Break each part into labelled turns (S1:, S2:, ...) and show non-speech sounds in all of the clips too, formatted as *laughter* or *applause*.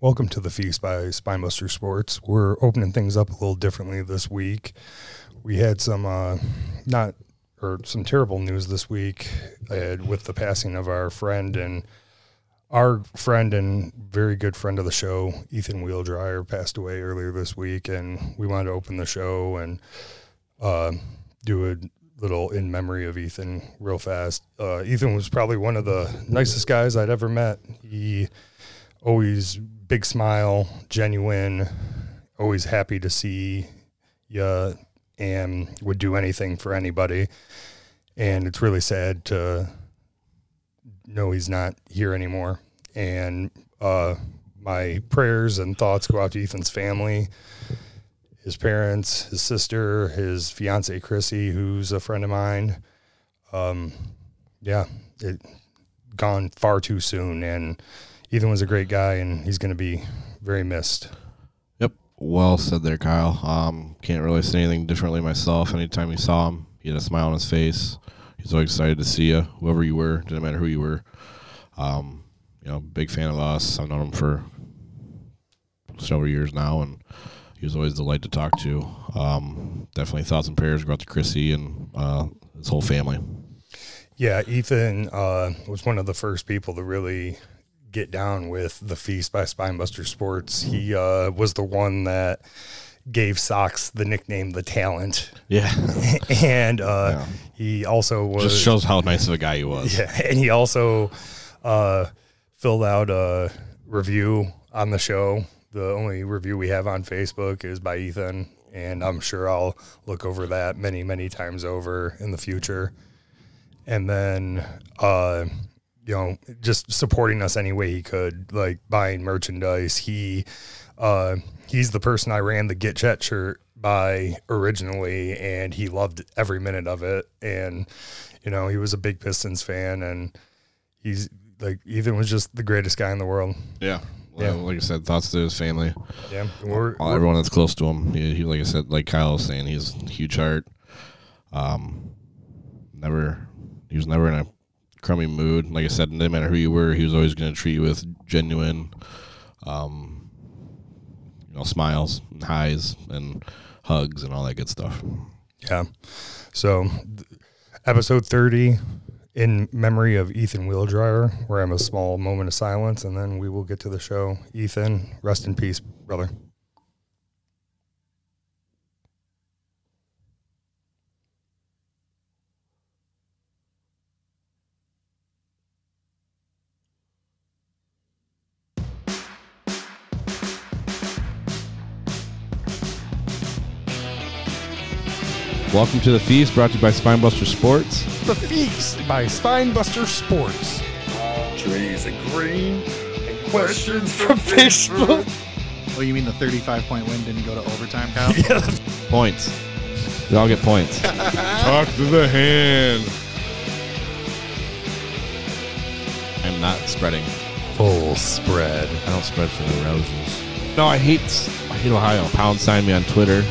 S1: Welcome to the feast by Spinebuster Sports. We're opening things up a little differently this week. We had some uh, not or some terrible news this week uh, with the passing of our friend and our friend and very good friend of the show, Ethan Wheeldryer, passed away earlier this week, and we wanted to open the show and uh, do a little in memory of Ethan real fast. Uh, Ethan was probably one of the nicest guys I'd ever met. He always big smile, genuine, always happy to see you, and would do anything for anybody. And it's really sad to know he's not here anymore. And uh, my prayers and thoughts go out to Ethan's family, his parents, his sister, his fiance Chrissy, who's a friend of mine. Um, yeah, it gone far too soon. And Ethan was a great guy, and he's going to be very missed.
S2: Yep. Well said there, Kyle. Um, can't really say anything differently myself. Anytime you saw him, he had a smile on his face. He's always excited to see you, whoever you were. Didn't matter who you were. Um, you know, big fan of us. I've known him for several years now, and he was always a delight to talk to. Um, definitely thoughts and prayers go out to Chrissy and uh, his whole family.
S1: Yeah, Ethan uh, was one of the first people to really get down with the feast by Spinebuster Sports. He uh, was the one that gave Socks the nickname the Talent, *laughs*
S2: *laughs* Yeah.
S1: and uh,
S2: Yeah.
S1: he also was
S2: Just shows how nice of a guy he was.
S1: yeah, *laughs* and he also uh, filled out a review on the show. The only review we have on Facebook is by Ethan, and I'm sure I'll look over that many, many times over in the future. And then, uh, you know, just supporting us any way he could, like buying merchandise. He, uh, he's the person I ran the Get Jet shirt by originally, and he loved every minute of it. And you know, he was a big Pistons fan, and he's like Ethan was just the greatest guy in the world.
S2: Yeah.
S1: Yeah.
S2: Well, Like I said, thoughts to his family.
S1: Yeah, and we're,
S2: all, Uh, everyone that's close to him. He, he, like I said, like Kyle was saying, he's a huge heart. Um, never, he was never in a crummy mood. Like I said, no matter who you were, he was always going to treat you with genuine, um, you know, smiles and highs and hugs and all that good stuff.
S1: yeah. So, th- episode thirty, in memory of Ethan Wheeldryer, we're having a small moment of silence, and then we will get to the show. Ethan, rest in peace, brother.
S2: Welcome to the feast, brought to you by Spinebuster Sports.
S1: The feast by Spinebuster Sports.
S3: Trees and green.
S1: Questions from Facebook.
S4: Oh, you mean the 35 point win didn't go to overtime,
S2: *laughs*
S4: Kyle?
S2: Points. We all get
S4: *laughs*
S2: points. Talk to the hand. I'm not spreading.
S1: Full spread.
S2: I don't spread for the roses. No, I hate I hate Ohio. Pound sign me on Twitter.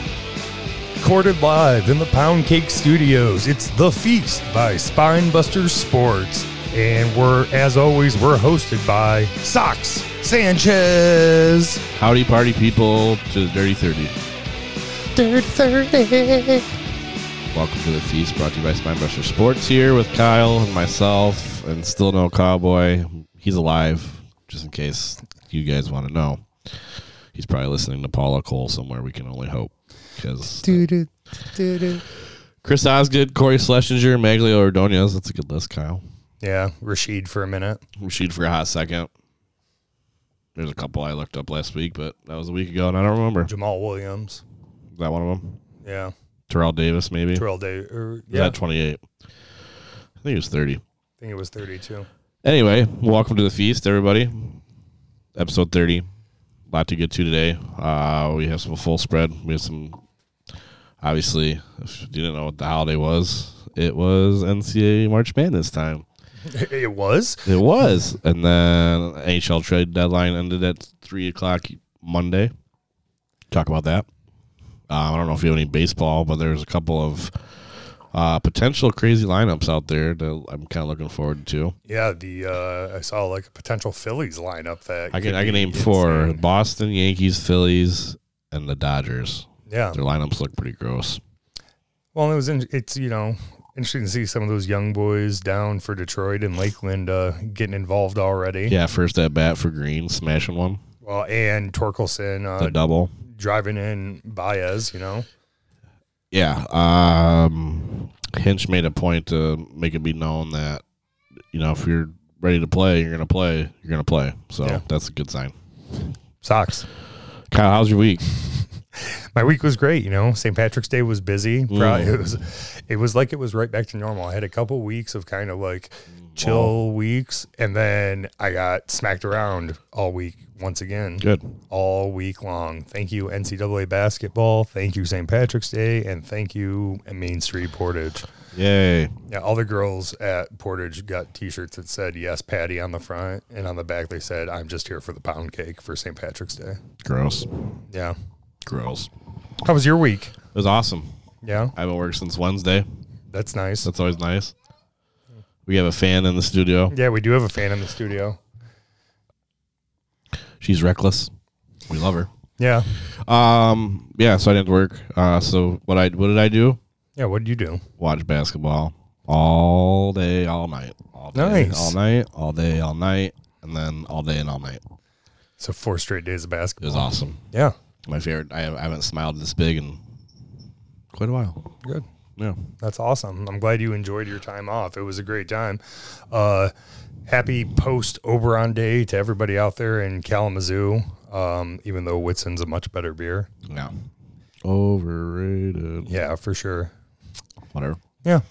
S1: Recorded live in the Pound Cake Studios. It's The Feast by Spinebuster Sports. And we're, as always, we're hosted by Socks Sanchez.
S2: Howdy party people to the Dirty 30.
S1: Third, third.
S2: Welcome to the feast brought to you by Spinebuster Sports here with Kyle and myself and still no cowboy. He's alive, just in case you guys want to know. He's probably listening to Paula Cole somewhere, we can only hope. Because Chris Osgood, Corey Schlesinger, Maglio Ordonez. That's a good list, Kyle.
S1: Yeah, Rashid for a minute.
S2: Rashid for a hot second. There's a couple I looked up last week, but that was a week ago, and I don't remember. Is
S1: Jamal Williams.
S2: that one of them?
S1: Yeah.
S2: Terrell Davis, maybe. Is
S1: Terrell Day. Or, yeah, I
S2: that 28? I think it was 30.
S1: think it was 32.
S2: Anyway, welcome to the feast, everybody. Episode 30. A lot to get to today. Uh, we have some full spread. We have some, obviously, if you didn't know what the holiday was, it was NCAA March Madness time.
S1: *laughs* it was?
S2: It was. And then NHL trade deadline ended at three o'clock Monday. Uh, Talk about that. Um, I don't know if you have any baseball, but there's a couple of Uh, potential crazy lineups out there that I'm kind of looking forward to.
S1: Yeah, the uh, I saw like a potential Phillies lineup that
S2: I
S1: could
S2: can I can
S1: be
S2: name four:
S1: insane.
S2: Boston, Yankees, Phillies, and the Dodgers.
S1: Yeah,
S2: Their lineups look pretty gross.
S1: well, it was in, it's you know interesting to see some of those young boys down for Detroit and Lakeland uh, getting involved already.
S2: Yeah, first at bat for Green, smashing one,
S1: Well, and Torkelson
S2: the
S1: uh,
S2: double.
S1: driving in Baez, you know.
S2: Yeah. Um, Hinch made a point to make it be known that you know if you're ready to play, you're gonna play. You're gonna play. So
S1: Yeah.
S2: that's a good sign.
S1: Sox.
S2: Kyle, how's your week?
S1: My week was great, you know. St. Patrick's Day was busy. Probably
S2: Mm.
S1: it was it was like it was right back to normal. I had a couple weeks of kind of like chill weeks and then I got smacked around all week once again.
S2: Good.
S1: All week long. Thank you, NCAA basketball. Thank you, St. Patrick's Day, and thank you Main Street Portage.
S2: Yay.
S1: Yeah, all the girls at Portage got T-shirts that said "Yes, Patty" on the front, and on the back they said, "I'm just here for the pound cake for St. Patrick's Day."
S2: Gross.
S1: Yeah,
S2: Gross.
S1: how was your week?
S2: It was awesome.
S1: Yeah,
S2: I haven't worked since Wednesday.
S1: that's nice.
S2: That's always nice. We have a fan in the studio.
S1: Yeah, we do have a fan in the studio.
S2: She's reckless. We love her.
S1: Yeah,
S2: Um, yeah, so I didn't work. Uh, so what I what did I do?
S1: yeah. What did you do?
S2: Watch basketball all day, all night, all day,
S1: Nice.
S2: all night, all day, all night, and then all day and all night.
S1: So four straight days of
S2: It
S1: basketball.
S2: was awesome.
S1: Yeah,
S2: My favorite. I, I haven't smiled this big in quite a while.
S1: good.
S2: Yeah,
S1: That's awesome. I'm glad you enjoyed your time off. It was a great time. Uh, happy post Oberon Day to everybody out there in Kalamazoo. Um, even though Whitson's a much better beer.
S2: yeah. Overrated.
S1: Yeah, for sure.
S2: Whatever.
S1: Yeah.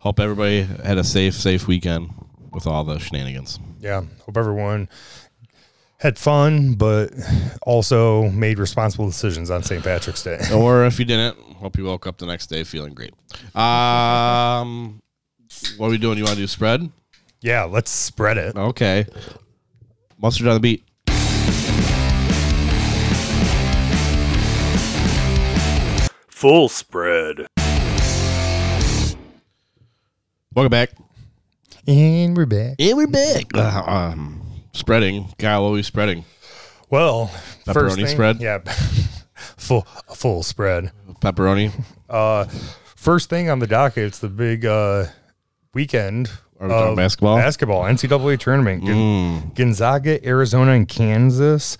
S2: Hope everybody had a safe, safe weekend with all the shenanigans.
S1: yeah hope everyone had fun but also made responsible decisions on st patrick's *laughs* day
S2: or if you didn't, hope you woke up the next day feeling great. Um, what are we doing? You want to do spread?
S1: yeah let's spread it
S2: Okay. Mustard on the beat.
S3: Full spread.
S2: Welcome back.
S1: and we're back
S2: Yeah, we're back. Uh, um, spreading. God, what are we spreading?
S1: well first
S2: Pepperoni
S1: thing,
S2: spread?
S1: yeah *laughs* full full spread
S2: Pepperoni.
S1: first thing on the docket it's the big uh weekend
S2: Are we talking
S1: of
S2: basketball? Hmm, Mm.
S1: basketball ncaa tournament Gon- gonzaga arizona and kansas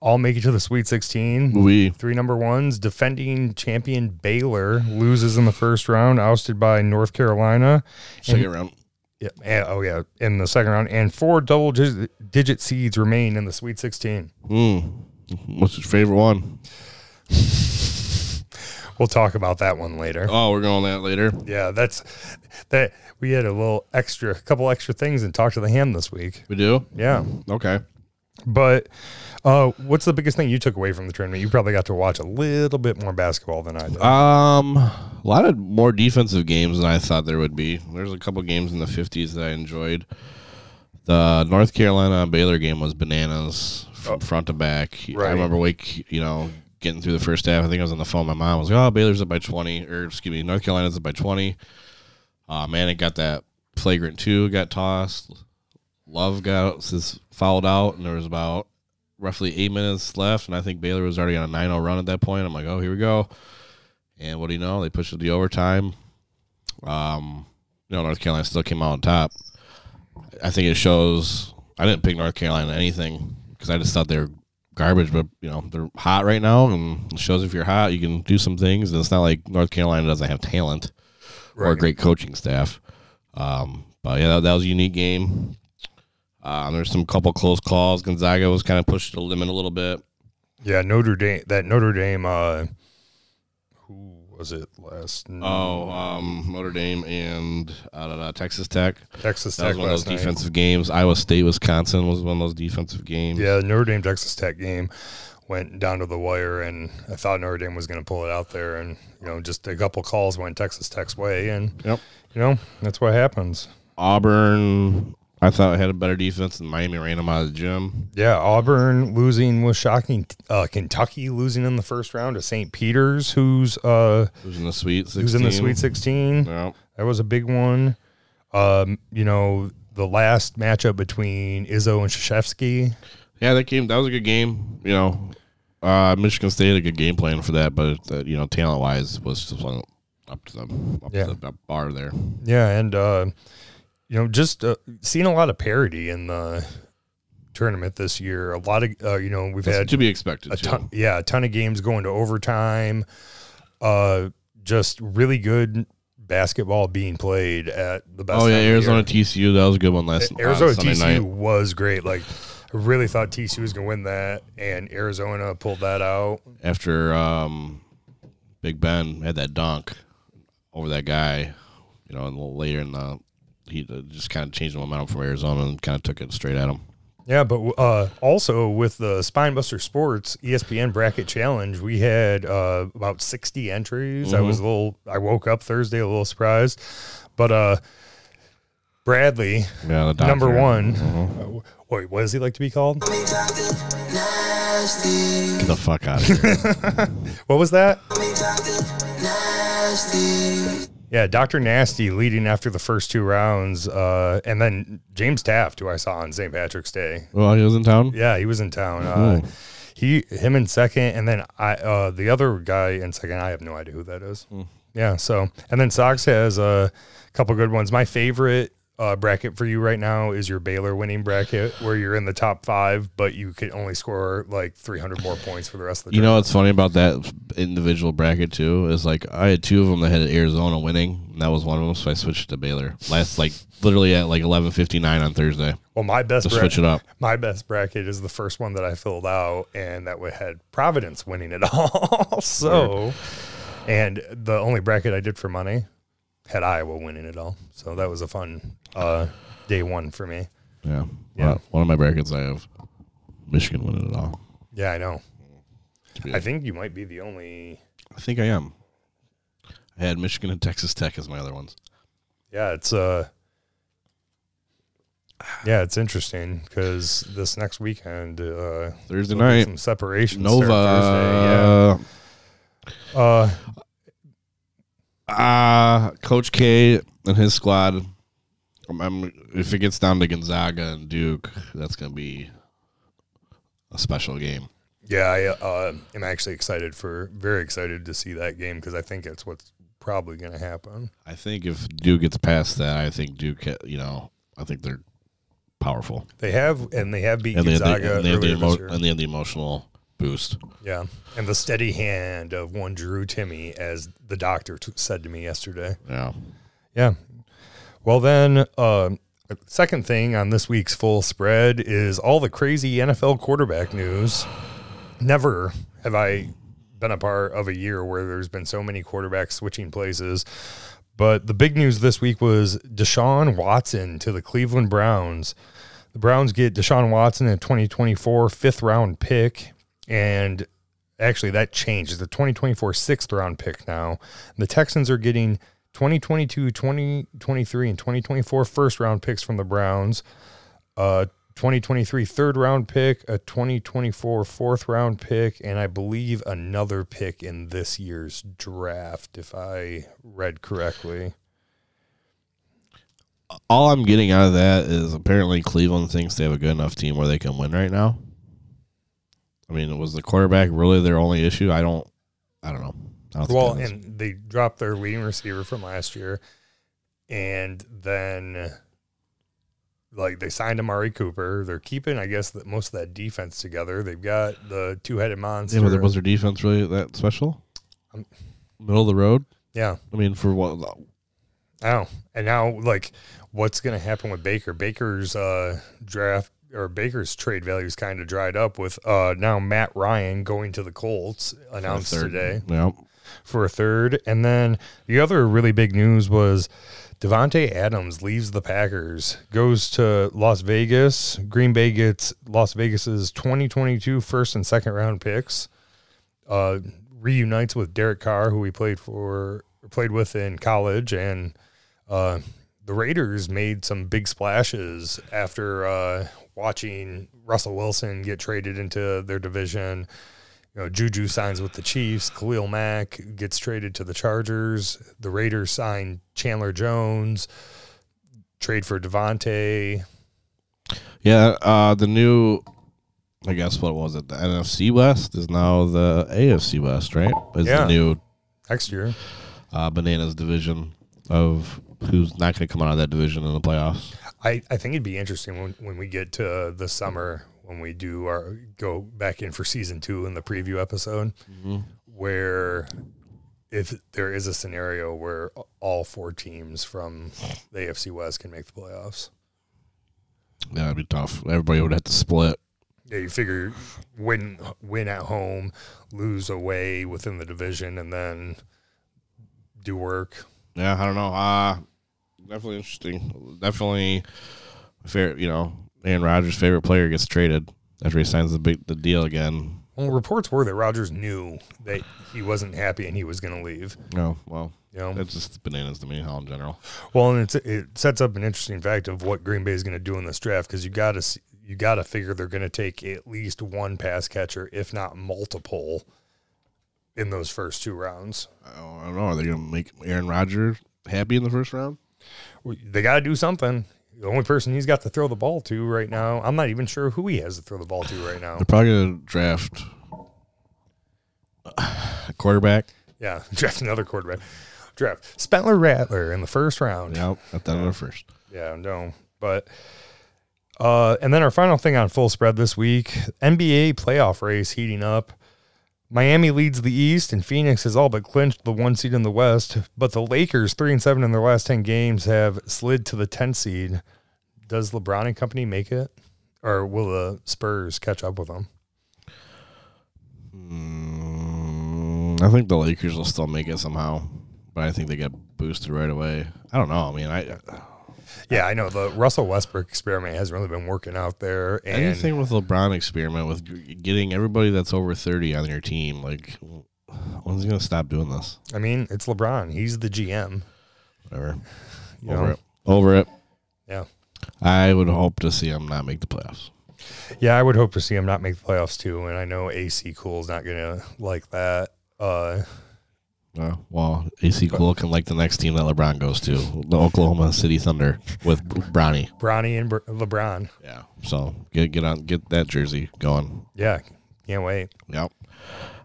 S1: all make it to the sweet 16
S2: We.
S1: Three number ones. Defending champion Baylor loses in the first round, ousted by North Carolina.
S2: Second round.
S1: Yeah, and- oh, yeah. In the second round. And four double dig- digit seeds remain in the Sweet 16.
S2: Mm. What's your favorite one?
S1: We'll talk about that one later.
S2: Oh, we're going that later.
S1: Yeah, that's that. We had a little extra, couple extra things and talk to the hand this week.
S2: We do?
S1: Yeah.
S2: Okay.
S1: But uh, what's the biggest thing you took away from the tournament? You probably got to watch a little bit more basketball than I did.
S2: Um, a lot of more defensive games than I thought there would be. There's a couple games in the 50s that I enjoyed. The North Carolina Baylor game was bananas from front to back.
S1: Right.
S2: I remember Wake, you know, getting through the first half. I think I was on the phone. My mom was like, "Oh, Baylor's up by 20," or excuse me, North Carolina's up by 20. Uh, man, it got that flagrant two got tossed. Love got his fouled out, and there was about roughly eight minutes left, and I think Baylor was already on a 9-0 run at that point. I'm like, oh, here we go. And what do you know? They pushed it to overtime. Um, you know, North Carolina still came out on top. I think it shows. I didn't pick North Carolina anything because I just thought they were garbage, but you know they're hot right now, and it shows if you're hot, you can do some things. And it's not like North Carolina doesn't have talent or a
S1: Right.
S2: great coaching staff. Um, but yeah, that, that was a unique game. Um, there's some couple close calls. Gonzaga was kind of pushed to the limit a little bit.
S1: Yeah, Notre Dame. That Notre Dame. Uh, who was it last?
S2: Oh, um, Notre Dame and uh, da- da, Texas Tech.
S1: Texas
S2: That
S1: Tech
S2: was one of those
S1: last night.
S2: defensive games. Iowa State, Wisconsin was one of those defensive games.
S1: Yeah, the Notre Dame Texas Tech game went down to the wire, and I thought Notre Dame was going to pull it out there, and you know, just a couple calls went Texas Tech's way, and
S2: Yep.
S1: you know, that's what happens.
S2: Auburn I thought I had a better defense, and Miami ran them out of the gym.
S1: Yeah, Auburn losing was shocking. Uh, Kentucky losing in the first round to St. Peter's, who's uh,
S2: Who's in the Sweet 16?
S1: who's in the Sweet 16.
S2: Yep.
S1: That was a big one. Um, you know, the last matchup between Izzo and Shashevsky.
S2: Yeah, that game that was a good game. You know, uh, Michigan State had a good game plan for that, but uh, you know, talent wise was just like up to them, up
S1: Yeah.
S2: to the bar there.
S1: Yeah, and uh, you know, just uh, seeing a lot of parity in the tournament this year. A lot of uh, you know, we've
S2: That's
S1: had
S2: to be expected.
S1: a
S2: too.
S1: ton, yeah, a ton of games going to overtime. Uh, just really good basketball being played at the best.
S2: Oh yeah,
S1: time of year.
S2: Arizona TCU that was a good one last on
S1: Arizona
S2: Sunday
S1: TCU
S2: night.
S1: was great. Like, I really thought TCU was going to win that, and Arizona pulled that out.
S2: after um, Big Ben had that dunk over that guy. You know, and a little later in the he uh, just kind of changed the momentum from Arizona and kind of took it straight at him.
S1: Yeah, but uh, also with the Spinebuster Sports E ESPN Bracket Challenge, we had uh, about 60 entries. I
S2: Mm-hmm.
S1: was a little, I woke up Thursday a little surprised. But uh, Bradley,
S2: Yeah, the
S1: number
S2: doctor. Mm-hmm.
S1: one. uh, wait, what does he like to be called?
S2: Get the fuck out of *laughs* here.
S1: What was that? Yeah, Dr. Nasty leading after the first two rounds. Uh, and then James Taft, who I saw on St. Patrick's Day.
S2: well, he was in town.
S1: Yeah, he was in town. Uh, he, him in second, and then I, uh, the other guy in second. I have no idea who that is.
S2: Hmm.
S1: Yeah. So, and then Sox has a couple good ones. My favorite uh, bracket for you right now is your Baylor winning bracket, where you're in the top five, but you could only score like 300 more points for the rest of the.
S2: You know what's funny about that individual bracket too is like I had two of them that had Arizona winning, and that was one of them. So I switched to Baylor last, like literally at like eleven fifty nine on Thursday
S1: well, my best
S2: to switch
S1: bracket,
S2: it up.
S1: my best bracket is the first one that I filled out, and that we had Providence winning it *laughs* all. so, and the only bracket I did for money had Iowa winning it all. So that was a fun uh, day one for me.
S2: Yeah,
S1: Yeah.
S2: Well, one of my brackets I have Michigan winning it all.
S1: Yeah, I know.
S2: Yeah.
S1: I think you might be the only.
S2: I think I am. I had Michigan and Texas Tech as my other ones.
S1: Yeah, it's uh yeah, it's interesting because this next weekend uh,
S2: Thursday
S1: there'll be
S2: night,
S1: some separation. start
S2: Nova.
S1: Thursday, yeah. Uh,
S2: Uh Coach K and his squad. I'm, I'm- if it gets down to Gonzaga and Duke, that's gonna be a special game.
S1: Yeah, I uh, am actually excited for, very excited to see that game because I think that's what's probably going to happen.
S2: I think if Duke gets past that, I think Duke, ha- you know, I think they're powerful,
S1: They have, and they have beat
S2: and they, have the-
S1: Gonzaga
S2: and they have the uh,
S1: earlier
S2: emo-
S1: this year.
S2: and they have the emotional boost.
S1: yeah, and the steady hand of one Drew Timmy, as the doctor t- said to me yesterday.
S2: Yeah,
S1: Yeah. Well, then, uh, second thing on this week's full spread is all the crazy NFL quarterback news. Never have I been a part of a year where there's been so many quarterbacks switching places. But the big news this week was Deshaun Watson to the Cleveland Browns. The Browns get Deshaun Watson in 2024 fifth round pick. And actually, that changed. It's the 2024 sixth round pick now. The Texans are getting 2022, 2023, and 2024 first round picks from the Browns. Uh, 2023 third round pick, a 2024 fourth round pick, and I believe another pick in this year's draft, if I read correctly.
S2: all I'm getting out of that is apparently Cleveland thinks they have a good enough team where they can win right now. I mean, was the quarterback really their only issue? I don't, I don't know. I don't think
S1: Well,
S2: that is.
S1: and they dropped their leading receiver from last year, and then like they signed Amari Cooper. They're keeping, I guess, that most of that defense together. They've got the two-headed monster.
S2: Yeah, but was their defense really that special?
S1: Um,
S2: Middle of the road.
S1: yeah,
S2: I mean, for what?
S1: Oh, and now like, what's going to happen with Baker? Baker's uh, draft or Baker's trade value is kind of dried up with uh, now Matt Ryan going to the Colts announced
S2: third.
S1: today
S2: Yeah,
S1: for a third, and then the other really big news was Devonte Adams leaves the Packers, goes to Las Vegas. Green Bay gets Las Vegas's 2022 first and second round picks. Uh, reunites with Derek Carr, who he played for, played with in college, and uh, the Raiders made some big splashes after uh, watching Russell Wilson get traded into their division. You know, Juju signs with the Chiefs. Khalil Mack gets traded to the Chargers. The Raiders sign Chandler Jones. Trade for Devontae.
S2: Yeah, uh, the new, I guess what was it? The NFC West is now the AFC West, right? Is
S1: Yeah.
S2: the new
S1: Next year,
S2: uh, bananas division of who's not going to come out of that division in the playoffs.
S1: I, I think it'd be interesting when, when we get to the summer when we do our go back in for season two in the preview episode, where if there is a scenario where all four teams from the AFC West can make the playoffs,
S2: Yeah, that'd be tough. Everybody would have to split.
S1: yeah, you figure win win at home, lose away within the division, and then do work.
S2: Yeah, I don't know. Uh definitely interesting. Definitely fair. You know, Aaron Rodgers' favorite player gets traded after he signs the big the deal again.
S1: Well, reports were that Rogers knew that he wasn't happy and he was going to leave.
S2: No, well,
S1: You know,
S2: that's just bananas to me. How in general.
S1: Well, and it's, it sets up an interesting fact of what Green Bay is going to do in this draft because you got to you got to figure they're going to take at least one pass catcher, if not multiple, in those first two rounds.
S2: I don't, I don't know. Are they going to make Aaron Rodgers happy in the first round?
S1: We- They got to do something. The only person he's got to throw the ball to right now, I'm not even sure who he has to throw the ball to right now.
S2: *laughs* They're probably going to draft a quarterback.
S1: Yeah, *laughs* draft another quarterback. Draft Spencer Rattler in the first round.
S2: Yep, at the end of the first.
S1: Yeah, no. But uh and then our final thing on full spread this week, NBA playoff race heating up. Miami leads the East and Phoenix has all but clinched the one seed in the West, but the Lakers, three and seven in their last ten games, have slid to the tenth seed. Does LeBron and company make it? Or will the Spurs catch up with them?
S2: Mm, I think the Lakers will still make it somehow, but I think they get boosted right away. I don't know. I mean, I
S1: Yeah, I know the Russell Westbrook experiment has really been working out there. And
S2: Anything with LeBron experiment with g- getting everybody that's over thirty on your team, like when's he gonna stop doing this?
S1: I mean, it's LeBron. He's the GM.
S2: Whatever.
S1: You
S2: Over
S1: know?
S2: it. Over it.
S1: Yeah.
S2: I would hope to see him not make the playoffs.
S1: Yeah, I would hope to see him not make the playoffs too. And I know AC Cool's not gonna like that. Uh,
S2: Uh, well, AC Cool can like the next team that LeBron goes to, the Oklahoma City Thunder with
S1: *laughs*
S2: Bronny.
S1: Bronny and Br- LeBron.
S2: Yeah. So get get on get that jersey going.
S1: Yeah, can't wait.
S2: Yep.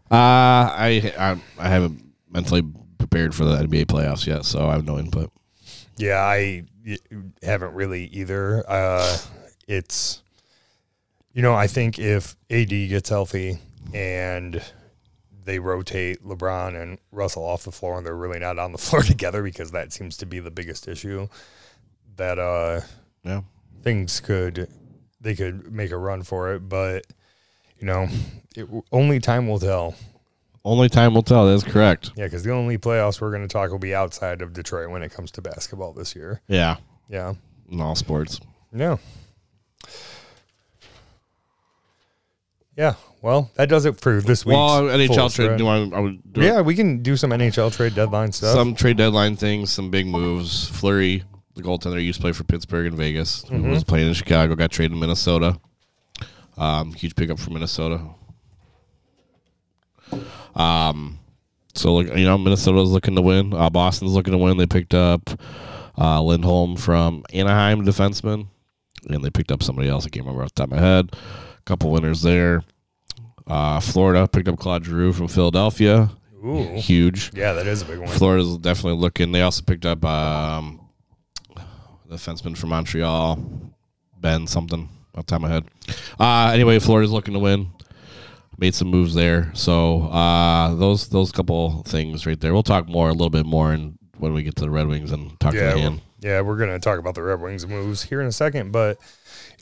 S2: Uh, I, I I haven't mentally prepared for the NBA playoffs yet, so I have no input.
S1: Yeah, I y- haven't really either. Uh, it's, you know, I think if AD gets healthy and they rotate LeBron and Russell off the floor and they're really not on the *laughs* floor together because that seems to be the biggest issue, that uh,
S2: Yeah.
S1: things could they could make a run for it, but you know, it, only time will tell.
S2: Only time will tell. That's correct.
S1: Yeah, because the only playoffs we're going to talk will be outside of Detroit when it comes to basketball this year.
S2: Yeah.
S1: Yeah,
S2: in all sports.
S1: yeah, yeah. Well, that does it for this week.
S2: Well, NHL trade. Do I, I would do
S1: yeah, we can do some NHL trade deadline stuff.
S2: some trade deadline things, some big moves. Flurry, the goaltender, used to play for Pittsburgh and Vegas. Who was playing in Chicago, got traded to Minnesota. Um, huge pickup for Minnesota. Um, so look, you know, Minnesota's looking to win. Uh, Boston's looking to win. They picked up uh, Lindholm from Anaheim, defenseman, and they picked up somebody else. I can't remember off the top of my head. A couple winners there. Uh, Florida picked up Claude Giroux from Philadelphia.
S1: Ooh,
S2: Huge.
S1: yeah, that is a big one.
S2: Florida's definitely looking. They also picked up um, the defenseman from Montreal, Ben something. Off the top of my head. Uh, anyway, Florida's looking to win. Made some moves there. So uh, those those couple things right there. We'll talk more a little bit more in, when we get to the Red Wings and talk
S1: Yeah,
S2: to
S1: we're,
S2: Ian.
S1: yeah, we're gonna talk about the Red Wings moves here in a second, but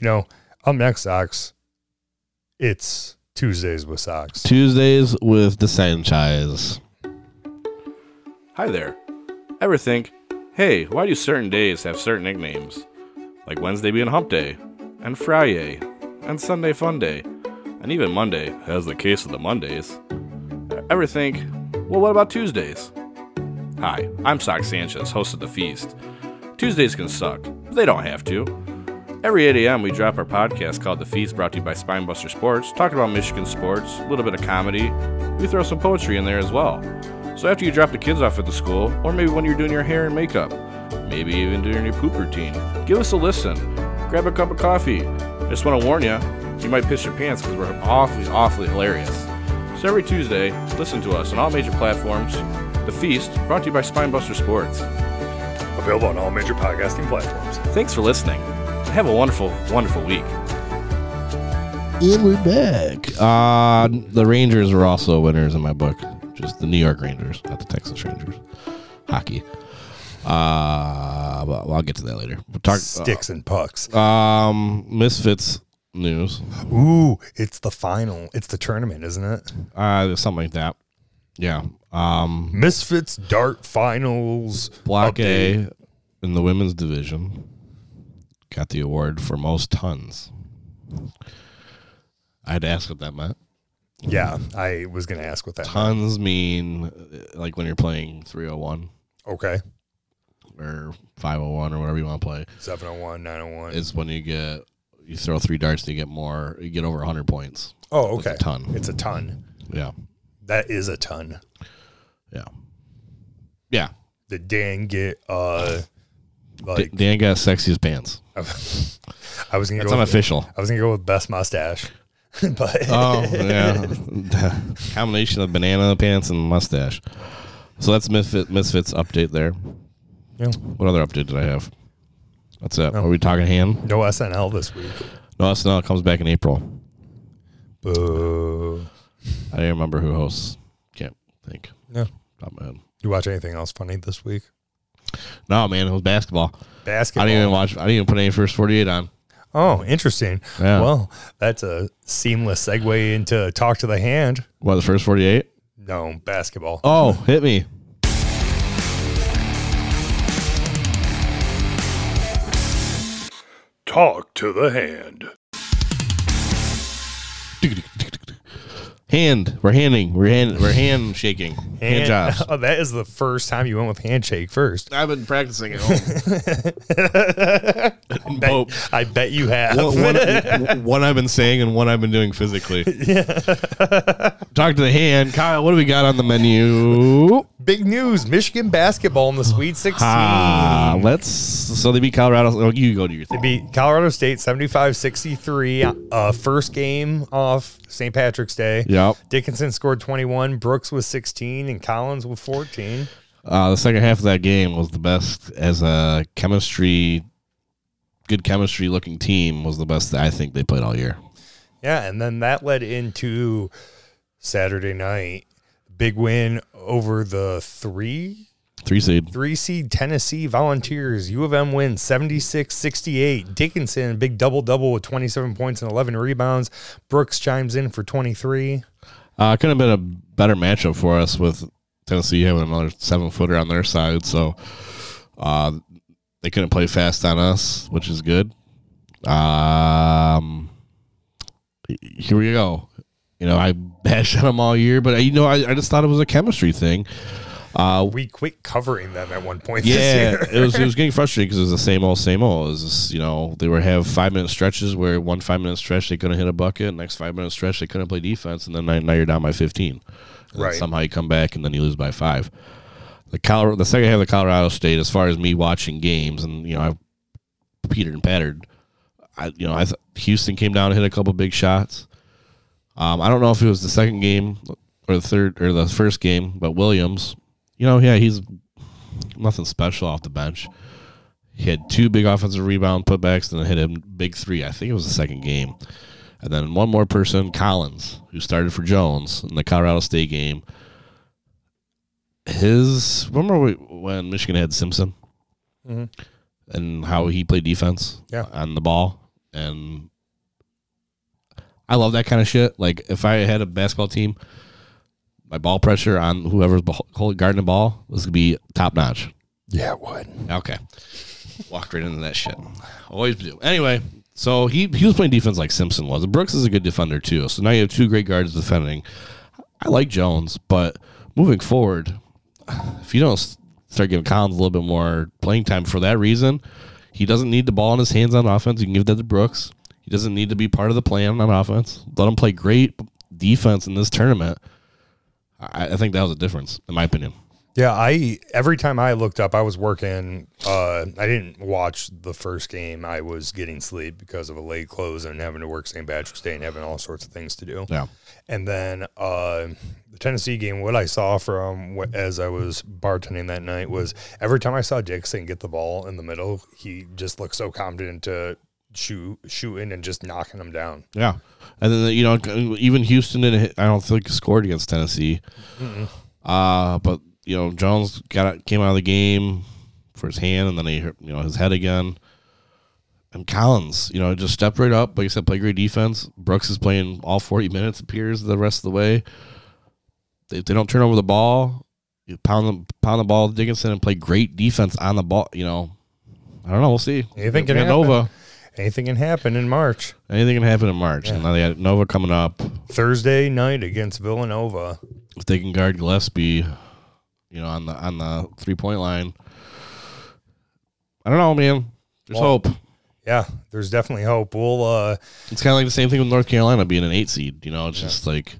S1: you know, up next, Sox. It's Tuesdays with Sox.
S2: Tuesdays with the Sanchez.
S5: Hi there. Ever think, hey, why do certain days have certain nicknames? Like Wednesday being Hump Day, and Friday, and Sunday Fun Day, and even Monday, as the case of the Mondays. Ever think, well, what about Tuesdays? Hi, I'm Sock Sanchez, host of The Feast. Tuesdays can suck. but They don't have to. Every 8 a.m., we drop our podcast called The Feast, brought to you by Spinebuster Sports, talking about Michigan sports, a little bit of comedy. We throw some poetry in there as well. So after you drop the kids off at the school, or maybe when you're doing your hair and makeup, maybe even during your poop routine, give us a listen. Grab a cup of coffee. I just want to warn you, you might piss your pants because we're awfully, awfully hilarious. So every Tuesday, listen to us on all major platforms. The Feast, brought to you by Spinebuster Sports.
S3: Available on all major podcasting platforms.
S5: Thanks for listening. Have a wonderful, wonderful week.
S2: And we're back. Uh, the Rangers were also winners in my book. Just the New York Rangers, not the Texas Rangers. Hockey. Uh, well, I'll get to that later. We'll talk.
S1: Sticks and pucks.
S2: Um, Misfits news.
S1: Ooh, it's the final. It's the tournament, isn't it?
S2: Uh, something like that. Yeah. Um,
S1: Misfits Dart Finals.
S2: Block
S1: update.
S2: A in the women's division got the award for most tons. I had to ask what that meant.
S1: Yeah,
S2: Mm-hmm.
S1: I was going to ask what that.
S2: Tons mean uh, like when you're playing 301
S1: Okay.
S2: or 501 or whatever you want to play.
S1: 701, 901.
S2: It's when you get you throw three darts and you get more. You get over 100 points.
S1: oh,
S2: it's
S1: okay.
S2: a ton.
S1: It's a ton.
S2: Yeah.
S1: That is a ton.
S2: Yeah. Yeah.
S1: Did Dan get uh
S2: D-
S1: like
S2: Dan got sexiest pants.
S1: I was gonna go
S2: That's
S1: with,
S2: unofficial.
S1: I was gonna go with best mustache. *laughs* but
S2: Oh yeah, *laughs* combination of banana pants and mustache. So that's Misfit, Misfits update there.
S1: Yeah.
S2: What other update did I have? That's it. Are we talking ham?
S1: no SNL this week.
S2: No, SNL comes back in April.
S1: Boo.
S2: I don't remember who hosts. Can't think.
S1: Yeah.
S2: Top of my head.
S1: You watch anything else funny this week?
S2: No man, it was basketball. I
S1: Basketball.
S2: didn't even watch. I didn't even put any first forty-eight on.
S1: oh, interesting.
S2: Yeah.
S1: Well, that's a seamless segue into talk to the hand.
S2: What the first forty-eight?
S1: No, basketball.
S2: Oh, hit me.
S3: Talk to the hand.
S2: Hand. We're handing. We're hand. We're hand shaking. Hand
S1: Hand- *laughs*
S2: jobs.
S1: Oh, that is the first time you went with handshake first.
S2: I've been practicing
S1: *laughs*
S2: at home.
S1: Bet-
S2: Pope.
S1: I bet you have.
S2: one, one- one I've been saying and one I've been doing physically. Talk to the hand. Kyle, what do we got on
S1: *laughs*
S2: the menu?
S1: Big news: Michigan basketball in the Sweet 16.
S2: Ah, let's. So they beat Colorado. Oh, you go to your
S1: They
S2: thing.
S1: beat Colorado State 75 63. Uh, first game off St. Patrick's Day.
S2: Yep.
S1: Dickinson scored 21, Brooks was 16, and Collins with 14.
S2: Uh, the second half of that game was the best as a chemistry, good chemistry looking team was the best that I think they played all year.
S1: Yeah, and then that led into Saturday night. Big win over the three
S2: Three seed.
S1: three seed Tennessee Volunteers. U of M wins 76 68. Dickinson, big double double with 27 points and 11 rebounds. Brooks chimes in for 23.
S2: Uh, could have been a better matchup for us with Tennessee having another seven footer on their side. So uh, they couldn't play fast on us, which is good. Um, here we go. You know, I *laughs* bashed on them all year, but uh, you know, I, I just thought it was a chemistry thing. Uh,
S1: We quit covering them at one point this
S2: Yeah,
S1: year.
S2: it was
S1: *laughs*
S2: it was getting frustrating because it was the same old, same old. It was just, you know, they were have five minute stretches where one five minute stretch they couldn't hit a bucket, next five minute stretch they couldn't play defense, and then now, now you're down by fifteen. And
S1: Right.
S2: Somehow you come back and then you lose by five. The Colorado, the second half of Colorado State, as far as me watching games, and you know, I petered and pattered. I you know I th- Houston came down and hit a couple big shots. Um, I don't know if it was the second game or the third or the first game, but Williams, you know, yeah, he's nothing special off the bench. He had two big offensive rebound putbacks and then hit a big three. I think it was the second game. And then one more person, Collins, who started for Jones in the Colorado State game. His remember we- when Michigan had Simpson
S1: Mhm.
S2: and how he played defense
S1: Yeah.
S2: on the ball and I love that kind of shit. Like if I had a basketball team, my ball pressure on whoever's beh- hold- guarding the ball was gonna be top notch.
S1: Yeah, it would.
S2: Okay. Walked right into that shit. Always do. Anyway, so he, he was playing defense like Simpson was. Brooks is a good defender too. So now you have two great guards defending. I like Jones, but moving forward, if you don't s- start giving Collins a little bit more playing time for that reason. He doesn't need the ball in his hands on offense. You can give that to Brooks. He doesn't need to be part of the plan on offense. Let him play great defense in this tournament. I, I think that was a difference, in my opinion.
S1: Yeah, I every time I looked up, I was working. Uh, I didn't watch the first game. I was getting sleep because of a late close and having to work St. Patrick's Day and having all sorts of things to do.
S2: Yeah.
S1: And then uh, the Tennessee game, what I saw from wh- as I was bartending that night was every time I saw Dixon get the ball in the middle, he just looked so confident to shoot, shooting and just knocking them down.
S2: Yeah, and then you know even Houston didn't. Hit, I don't think scored against Tennessee. Uh but you know Jones got out- came out of the game for his hand, and then he hurt, you know his head again. And Collins, you know, just stepped right up. Like I said, play great defense. Brooks is playing all forty minutes. Appears the rest of the way. If they don't turn over the ball, you pound the pound the ball, to Dickinson, and play great defense on the ball. You know, I don't know. We'll see.
S1: Anything can
S2: Nova.
S1: Anything can happen in March.
S2: Anything can happen in March, and now they got Nova coming up.
S1: Thursday night against Villanova.
S2: if they can guard Gillespie, you know, on the on the three point line. I don't know, man. There's
S1: Well-
S2: hope.
S1: Yeah, there's definitely hope. We'll uh,
S2: It's kind of like the same thing with North Carolina being an eight seed. You know, it's just like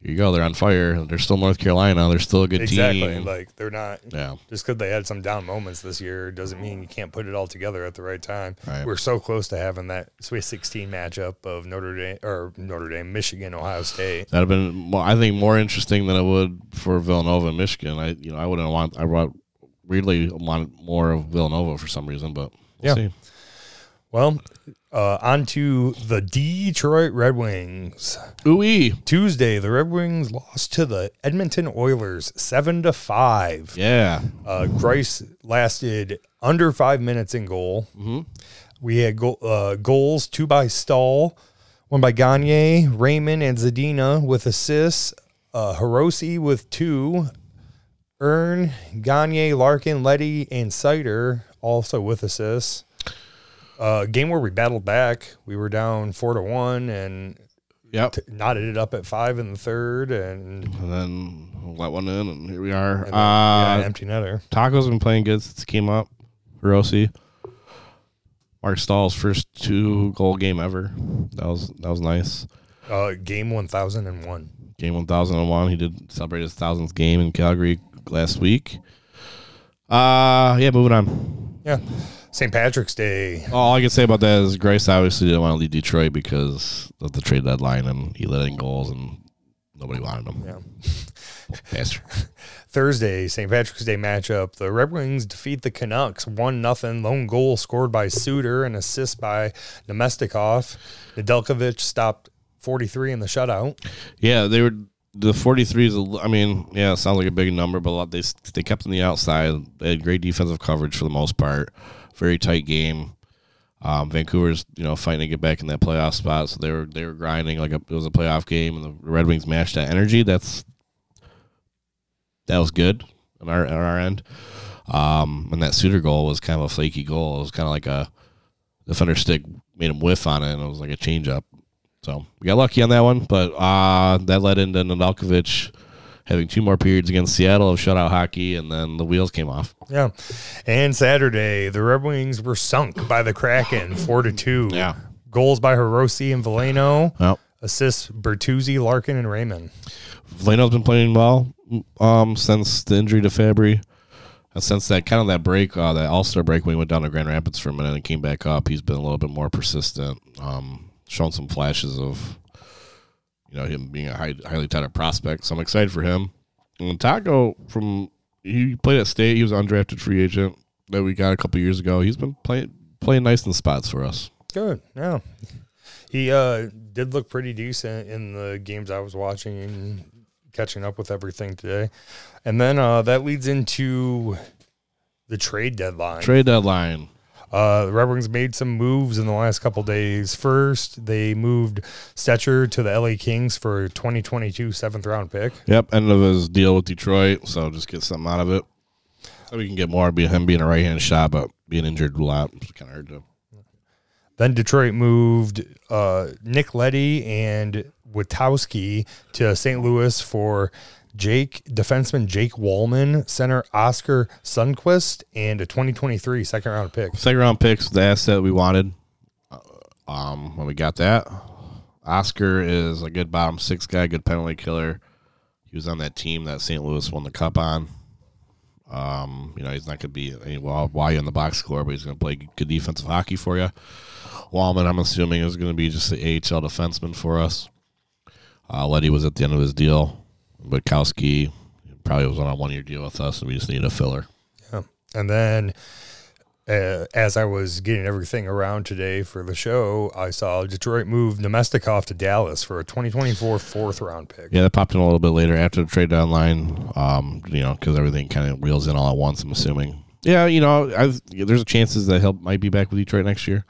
S2: here you go. They're on fire. They're still North Carolina. They're still a good
S1: exactly
S2: team.
S1: like they're not
S2: yeah,
S1: just because they had some down moments this year doesn't mean you can't put it all together at the right time.
S2: Right.
S1: We're so close to having that Sweet 16 matchup of Notre Dame or Notre Dame, Michigan, Ohio State.
S2: that'd have been more, I think more interesting than it would for Villanova and Michigan. I you know I wouldn't want I would really wanted more of Villanova for some reason, but we'll
S1: Yeah.
S2: see.
S1: Well, uh, on to the Detroit Red Wings.
S2: Ooh,
S1: Tuesday, the Red Wings lost to the Edmonton Oilers seven to five.
S2: yeah,
S1: Uh, Grice lasted under five minutes in goal. We had go- uh, goals two by Stahl, one by Gagne, Raymond, and Zadina with assists. Uh, Hiroshi with two. Earn, Gagne, Larkin, Letty, and Cider also with assists. Uh, game where we battled back. We were down four to one and
S2: yep.
S1: knotted it up at five in the third and
S2: And then let one in, and here we are.
S1: yeah,
S2: uh,
S1: empty netter.
S2: Taco's been playing good since he came up. Hiroshi. Mark Stahl's first two goal game ever. That was that was nice.
S1: Uh, game one thousand and one.
S2: Game one thousand and one. He did celebrate his thousandth game in Calgary last week. Uh yeah, moving on.
S1: Yeah. St. Patrick's Day.
S2: All I can say about that is Grace obviously didn't want to leave Detroit because of the trade deadline and he let in goals and nobody wanted him.
S1: Yeah.
S2: Bastard.
S1: Thursday, St. Patrick's Day matchup. The Red Wings defeat the Canucks 1 nothing. Lone goal scored by Suter and assist by Nemestikov. Nedeljkovic stopped 43 in the shutout.
S2: Yeah, they were the 43 is. a l- I mean, yeah, it sounds like a big number, but a lot, they s- they kept on the outside. They had great defensive coverage for the most part. Very tight game. Um, Vancouver's you know fighting to get back in that playoff spot, so they were they were grinding like a, it was a playoff game, and the Red Wings matched that energy. That's that was good on our on our end. Um, and that Suter goal was kind of a flaky goal. It was kind of like a defender stick made him whiff on it, and it was like a change up. So we got lucky on that one, but uh, that led into Nadalkovich having two more periods against Seattle of shutout hockey, and then the wheels came off.
S1: Yeah. And Saturday, the Red Wings were sunk by the Kraken 4 to 2.
S2: Yeah.
S1: Goals by Hiroshi and Valeno.
S2: Well,
S1: Assists Bertuzzi, Larkin, and Raymond.
S2: Valeno's been playing well um, since the injury to Fabry. And since that kind of that break, uh, that All Star break, when he went down to Grand Rapids for a minute and came back up, he's been a little bit more persistent, um, shown some flashes of, you know, him being a high, highly touted prospect. So I'm excited for him. And Taco from he played at State. He was an undrafted free agent that we got a couple years ago. He's been playing playing nice in the spots for us.
S1: Good. Yeah. He uh, did look pretty decent in the games I was watching and catching up with everything today. And then uh, that leads into the trade deadline.
S2: Trade deadline.
S1: Uh, the Red Wings made some moves in the last couple days. First, they moved Stetcher to the LA Kings for 2022 seventh round pick.
S2: Yep, end of his deal with Detroit, so just get something out of it. So we can get more be him being a right hand shot, but being injured a lot it's kind of hard to.
S1: Then Detroit moved uh, Nick Letty and Witowski to St. Louis for Jake defenseman Jake Wallman, center Oscar Sundquist, and a 2023 second round pick.
S2: Second round picks, the asset we wanted. uh, Um, when we got that, Oscar is a good bottom six guy, good penalty killer. He was on that team that St. Louis won the cup on. Um, you know, he's not going to be any wall- why you in the box score, but he's going to play good defensive hockey for you. Wallman, I'm assuming, is going to be just the AHL defenseman for us. Uh, Letty was at the end of his deal. Budkowski probably was on a one year deal with us, and we just need a filler.
S1: And then, uh, as I was getting everything around today for the show, I saw Detroit move Nemestikov to Dallas for a 2024 fourth round pick.
S2: Yeah, that popped in a little bit later after the trade deadline. Um, you know, because everything kind of wheels in all at once. I'm assuming. Yeah, you know, I've, there's chances that he'll might be back with Detroit next year.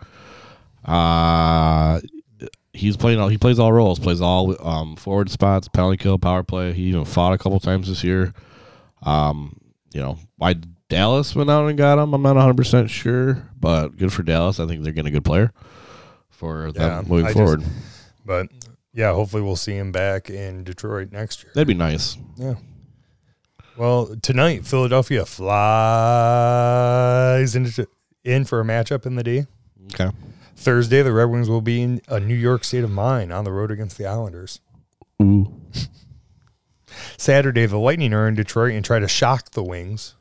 S2: Uh he's playing all he plays all roles, plays all um forward spots, penalty kill, power play. He even fought a couple times this year. Um, you know, why Dallas went out and got him, I'm not 100 percent sure, but good for Dallas. I think they're getting a good player for
S1: Yeah,
S2: them moving
S1: I just-
S2: forward.
S1: But yeah, hopefully we'll see him back in Detroit next year.
S2: That'd be nice.
S1: Yeah. Well, tonight Philadelphia flies into, in for a matchup in the D.
S2: Okay.
S1: Thursday, the Red Wings will be in a New York state of mind on the road against the Islanders.
S2: Ooh.
S1: Saturday, the Lightning are in Detroit and try to shock the Wings.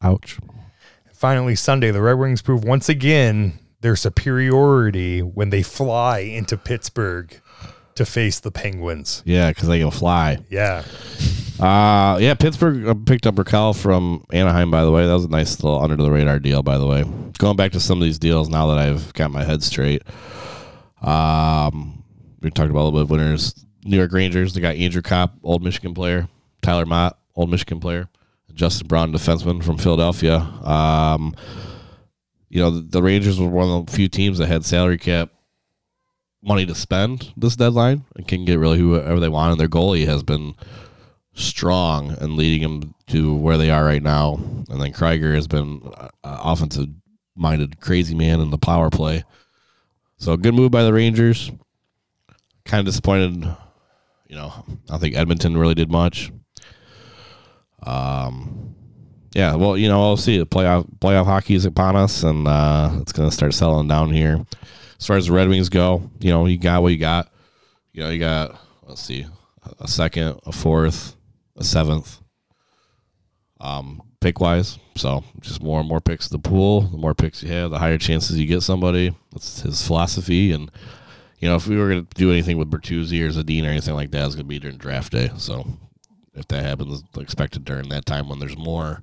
S2: Ouch.
S1: Finally, Sunday, the Red Wings prove once again their superiority when they fly into Pittsburgh to face the Penguins.
S2: Yeah, because they can fly.
S1: Yeah.
S2: Uh, yeah, Pittsburgh uh, picked up Raquel from Anaheim, by the way. That was a nice little under the radar deal, by the way. Going back to some of these deals now that I've got my head straight. Um, we talked about a little bit of winners. New York Rangers, they got Andrew Kopp, old Michigan player, Tyler Mott, old Michigan player, Justin Braun, defenseman from Philadelphia. Um, you know, the, the Rangers were one of the few teams that had salary cap money to spend this deadline and can get really whoever they want. And their goalie has been strong and leading them to where they are right now. And then Krieger has been uh, offensive minded crazy man in the power play. So good move by the Rangers. Kind of disappointed, you know. I don't think Edmonton really did much. Um, yeah. Well, you know, we'll see. The playoff playoff hockey is upon us, and uh, it's going to start settling down here. As far as the Red Wings go, you know, you got what you got. You know, you got let's see, a second, a fourth, a seventh. Um, pick wise, so just more and more picks to the pool. The more picks you have, the higher chances you get somebody. That's his philosophy, and you know if we were going to do anything with Bertuzzi or Zadine or anything like that, it's going to be during draft day. So if that happens, expect it during that time when there's more.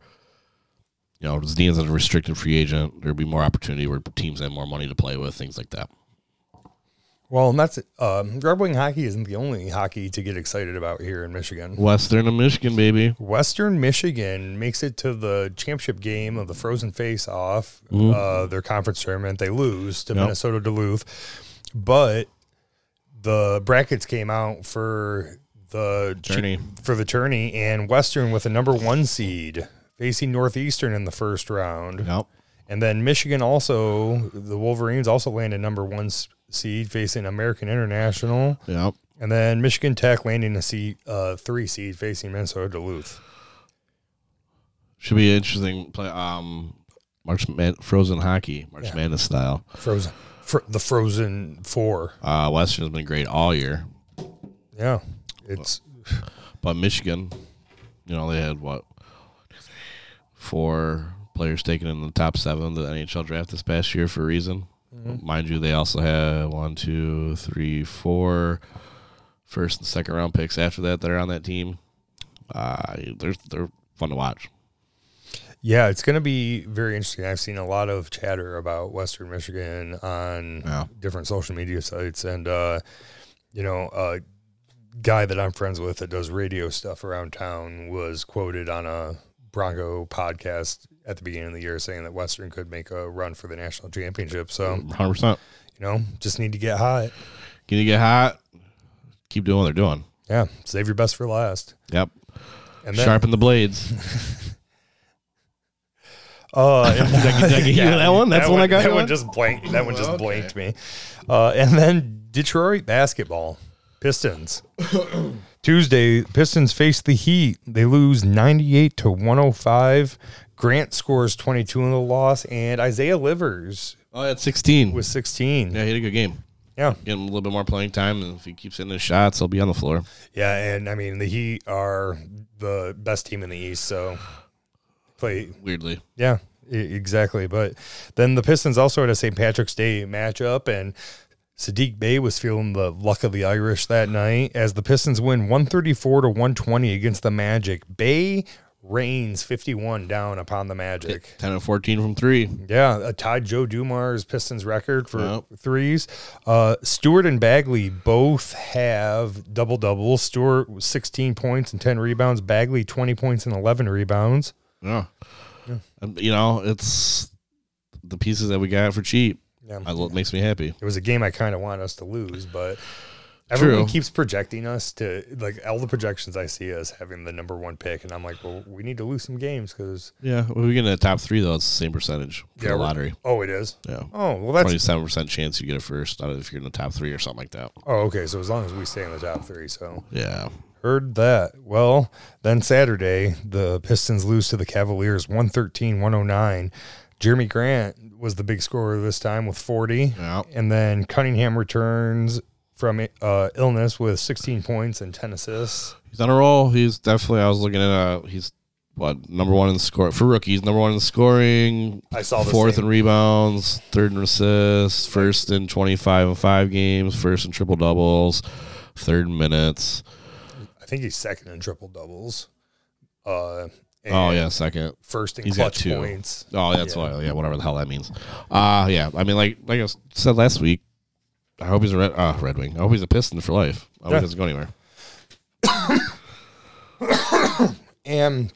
S2: You know, Zadine's a restricted free agent. There'll be more opportunity where teams have more money to play with, things like that.
S1: Well, and that's um, Red Wing hockey isn't the only hockey to get excited about here in Michigan.
S2: Western and Michigan, baby.
S1: Western Michigan makes it to the championship game of the Frozen Face Off, uh, their conference tournament. They lose to
S2: Mm-hmm. Yep.
S1: Minnesota Duluth, but the brackets came out for the
S2: Tourney.
S1: for the tourney, and Western with a number one seed facing Northeastern in the first round.
S2: Yep.
S1: And then Michigan also, the Wolverines also landed number one s- seed facing American International.
S2: Yep.
S1: And then Michigan Tech landing a seed, uh, three seed facing Minnesota Duluth.
S2: Should be interesting. Play um, March Mad- Frozen hockey, March
S1: Yeah.
S2: Madness style.
S1: Frozen, fr- the Frozen Four.
S2: Uh, Western has been great all year,
S1: Yeah. It's,
S2: but Michigan, you know, they had what four players taken in the top seven of the NHL draft this past year for a reason. Mind you, they also had one, two, three, four first and second round picks after that that are on that team. Uh, they're they're fun to watch.
S1: yeah, it's going to be very interesting. I've seen a lot of chatter about Western Michigan on
S2: Yeah.
S1: different social media sites. And, uh, you know, a guy that I'm friends with that does radio stuff around town was quoted on a Bronco podcast at the beginning of the year saying that Western could make a run for the national championship. So,
S2: Hundred percent.
S1: you know, just need to get hot.
S2: Can you get hot? Keep doing what they're doing.
S1: Yeah. Save your best for last.
S2: Yep.
S1: And then,
S2: Sharpen the blades.
S1: Uh, *laughs*
S2: Did I get, did I get you that one? That's
S1: that
S2: the one, I got.
S1: That
S2: you
S1: one
S2: on?
S1: just blanked. That one just blanked me. Uh, and then Detroit basketball Pistons Tuesday, Pistons face the Heat. They lose 98 to 105. Grant scores 22 in the loss, and Isaiah Livers
S2: *laughs* Oh, yeah, it's 16.
S1: was 16.
S2: yeah, he had a good game.
S1: Yeah.
S2: Get him a little bit more playing time, and if he keeps hitting his shots, he'll be on the floor.
S1: Yeah, and I mean the Heat are the best team in the East, so play
S2: Weirdly.
S1: yeah, e- exactly. But then the Pistons also had a St. Patrick's Day matchup and Sadiq Bey was feeling the luck of the Irish that night as the Pistons win 134 to 120 against the Magic. Bay rains 51 down upon the Magic.
S2: 10 and 14 from three.
S1: Yeah, uh, tied Joe Dumars Pistons record for
S2: Yep.
S1: threes. Uh, Stewart and Bagley both have double doubles. Stewart was 16 points and 10 rebounds. Bagley 20 points and 11 rebounds.
S2: Yeah. Um, You know, it's the pieces that we got for cheap.
S1: Yeah.
S2: I, it makes me happy.
S1: It was a game I kind of want us to lose, but everyone
S2: True.
S1: keeps projecting us to like all the projections I see us having the number one pick, and I'm like, well, we need to lose some games because
S2: Yeah. When we get in the top three, though, it's the same percentage for
S1: Yeah,
S2: the
S1: we're-
S2: lottery.
S1: oh, it is.
S2: Yeah.
S1: Oh well, that's
S2: 27% chance you get it first out of if you're in the top three or something like that.
S1: oh okay. So as long as we stay in the top three, so
S2: Yeah.
S1: Heard that. Well, then Saturday, the Pistons lose to the Cavaliers 113 109. Jeremy Grant was the big scorer this time with 40.
S2: Yeah.
S1: And then Cunningham returns from uh, illness with 16 points and 10 assists.
S2: He's on a roll. He's definitely, I was looking at, uh, he's what, number one in score for rookies, number one in scoring,
S1: I saw the
S2: fourth
S1: same.
S2: in rebounds, third in assists, first in 25 and five games, first in triple doubles, third in minutes.
S1: I think he's second in triple doubles. Uh, and
S2: Oh, yeah, second.
S1: First in
S2: He's got
S1: clutch
S2: two.
S1: points.
S2: Oh, that's why. Yeah, whatever the hell that means. Uh yeah. I mean, like like I s- said last week, I hope he's a red. Uh, Red Wing. I hope he's a Piston for life. I hope
S1: Yeah.
S2: he doesn't go anywhere.
S1: And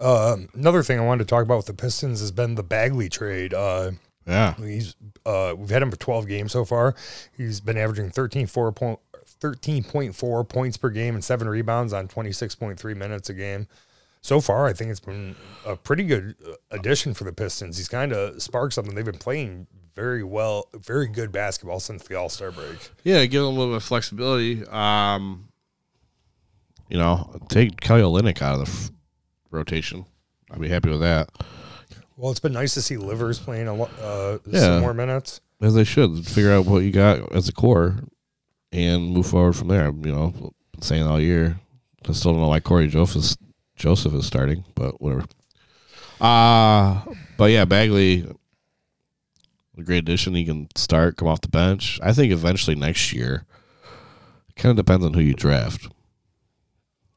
S1: um another thing I wanted to talk about with the Pistons has been the Bagley trade. Uh,
S2: Yeah.
S1: He's uh, we've had him for 12 games so far. He's been averaging 13 four point 13.4 points per game and seven rebounds on 26.3 minutes a game. So far, I think it's been a pretty good uh, addition for the Pistons. He's kind of sparked something. They've been playing very well, very good basketball since the All Star break.
S2: Yeah, give him a little bit of flexibility. Um, you know, take Kelly Olynyk out of the f- rotation. I'd be happy with that.
S1: Well, it's been nice to see Livers playing a lot, uh,
S2: Yeah.
S1: some more minutes.
S2: As they should figure out what you got as a core, and move forward from there. You know, been saying all year. I still don't know why Corey Joseph is, Joseph is starting, but whatever. Uh but yeah, Bagley, a great addition. He can start, come off the bench. I think eventually next year. It kind of depends on who you draft.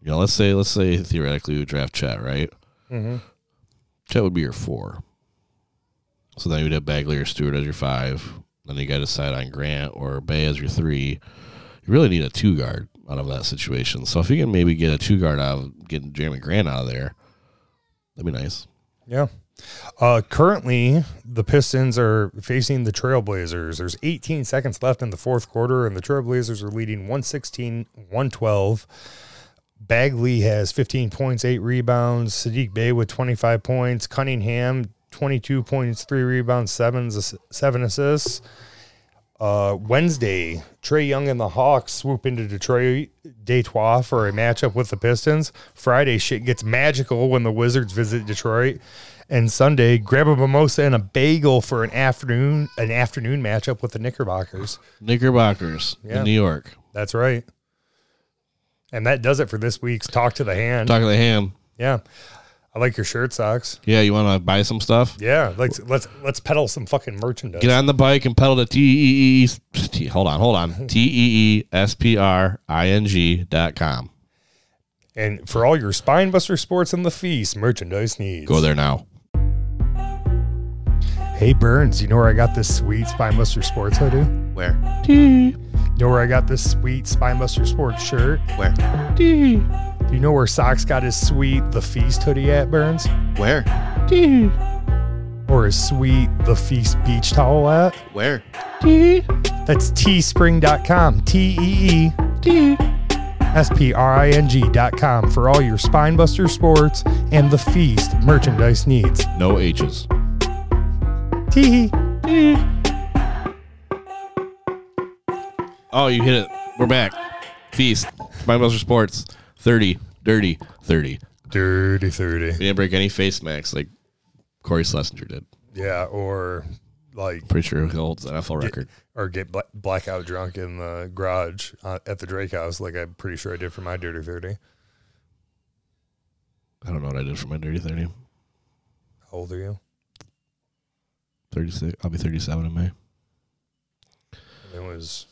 S2: You know, let's say let's say theoretically you draft Chet, right?
S1: Mhm.
S2: Chet would be your four. So then you would have Bagley or Stewart as your five. Then you got to decide on Grant or Bay as your three. You really need a two guard out of that situation. So if you can maybe get a two guard out of getting Jeremy Grant out of there, that'd be nice.
S1: Yeah. Uh, currently, the Pistons are facing the Trailblazers. There's 18 seconds left in the fourth quarter, and the Trailblazers are leading 116 112. Bagley has 15 points, eight rebounds. Sadiq Bey with 25 points. Cunningham, 22 points, three rebounds, seven, seven assists. Uh, Wednesday, Trey Young and the Hawks swoop into Detroit Detroit for a matchup with the Pistons. Friday, shit gets magical when the Wizards visit Detroit, and Sunday, grab a mimosa and a bagel for an afternoon an afternoon matchup with the Knickerbockers.
S2: Knickerbockers
S1: Yeah.
S2: in New York.
S1: That's right. And that does it for this week's Talk to the Hand.
S2: Talking to the ham.
S1: Yeah, I like your shirt socks.
S2: Yeah, you want to buy some stuff?
S1: Yeah, let's let's let's pedal some fucking merchandise.
S2: Get on the bike and pedal to T E E. T- Hold on, hold on. T E E S P R I N G dot com.
S1: And for all your spine buster sports and the feast merchandise needs,
S2: Go there now.
S1: Hey Burns, you know where I got this sweet Spinebuster Sports hoodie?
S4: Where?
S1: You know where I got this sweet Spinebuster Sports shirt?
S4: Where?
S1: Do you know where Socks got his sweet The Feast hoodie at, Burns?
S4: Where?
S1: Or his sweet The Feast beach towel at?
S4: Where?
S1: That's teespring.com. T E E S P R I N G.com for all your Spinebuster Sports and The Feast merchandise needs.
S2: No H's.
S1: Tee hee.
S2: Oh, you hit it. We're back. Feast. Spinebuster Sports, 30, dirty, 30.
S1: Dirty 30.
S2: He didn't break any face max like Corey Schlesinger did.
S1: Yeah, or like
S2: Pretty sure he'll hold the NFL record.
S1: or get bla- blackout drunk in the garage uh, at the Drake house like I'm pretty sure I did for my Dirty 30.
S2: I don't know what I did for my dirty 30.
S1: How old are you?
S2: 36. I'll be 37 in May.
S1: It was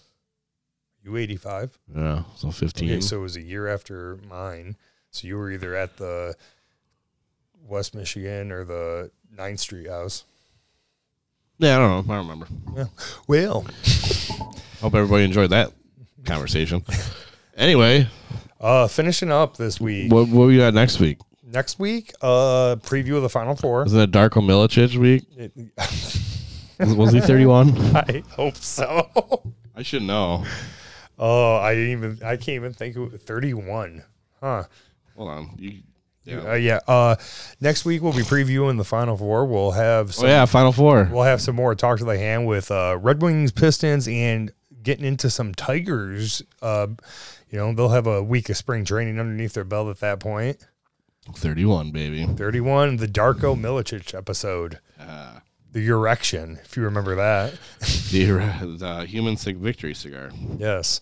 S1: you 85.
S2: Yeah, so 15.
S1: Okay, so it was a year after mine. So you were either at the West Michigan or the 9th Street house.
S2: yeah, I don't know. I don't remember.
S1: Well,
S2: Hope everybody enjoyed that conversation. *laughs* anyway,
S1: uh, finishing up this week.
S2: what what we got next week?
S1: Next week, uh, preview of the Final Four.
S2: Isn't it Darko Milicic *laughs* week?
S1: It,
S2: Was, was he 31?
S1: *laughs* I hope so. *laughs*
S2: I should know.
S1: Oh, I didn't even. I can't even think. Of, Thirty-one. Huh.
S2: Hold on. You, yeah.
S1: Uh, yeah. Uh, next week we'll be previewing the Final Four. We'll have
S2: Oh
S1: some,
S2: yeah, Final Four.
S1: we'll have some more talk to the hand with uh, Red Wings, Pistons, and getting into some Tigers. Uh, you know they'll have a week of spring training underneath their belt at that point.
S2: Thirty-one, baby.
S1: Thirty-one. The Darko Milicic episode. The erection, if you remember that.
S2: The, *laughs* the Human Sig Victory cigar.
S1: Yes.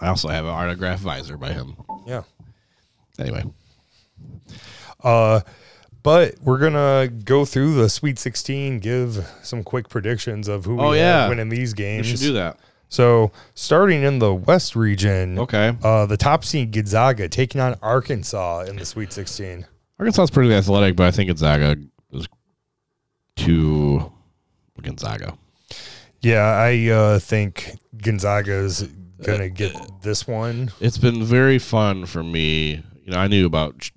S2: I also have an autograph visor by him.
S1: Yeah.
S2: Anyway,
S1: Uh, but we're gonna go through the Sweet 16, give some quick predictions of who
S2: Oh,
S1: we
S2: yeah.
S1: have winning these
S2: we
S1: games.
S2: should do that.
S1: So starting in the West region,
S2: Okay.
S1: uh, the top seed Gonzaga taking on Arkansas in the Sweet 16.
S2: Arkansas's pretty athletic, but I think Gonzaga is too Gonzaga.
S1: Yeah, I uh, think Gonzaga's
S2: Uh,
S1: gonna get this one.
S2: It's been very fun for me. You know, I knew about Ch-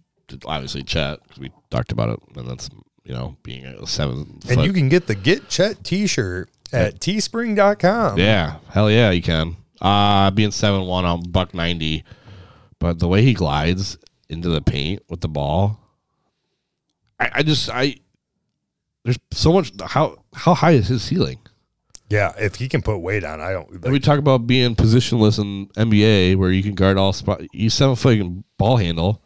S2: obviously Chet 'cause we talked about it, and that's you know being a seven.
S1: And
S2: foot-
S1: you can get the Get Chet T-shirt at teespring.com.
S2: yeah, hell yeah, you can. Uh being seven one on buck ninety, but the way he glides into the paint with the ball, I, I just I there's so much. How how high is his ceiling?
S1: Yeah, if he can put weight on, I don't.
S2: And we talk about being positionless in NBA where you can guard all spot. You seven foot, you can ball handle,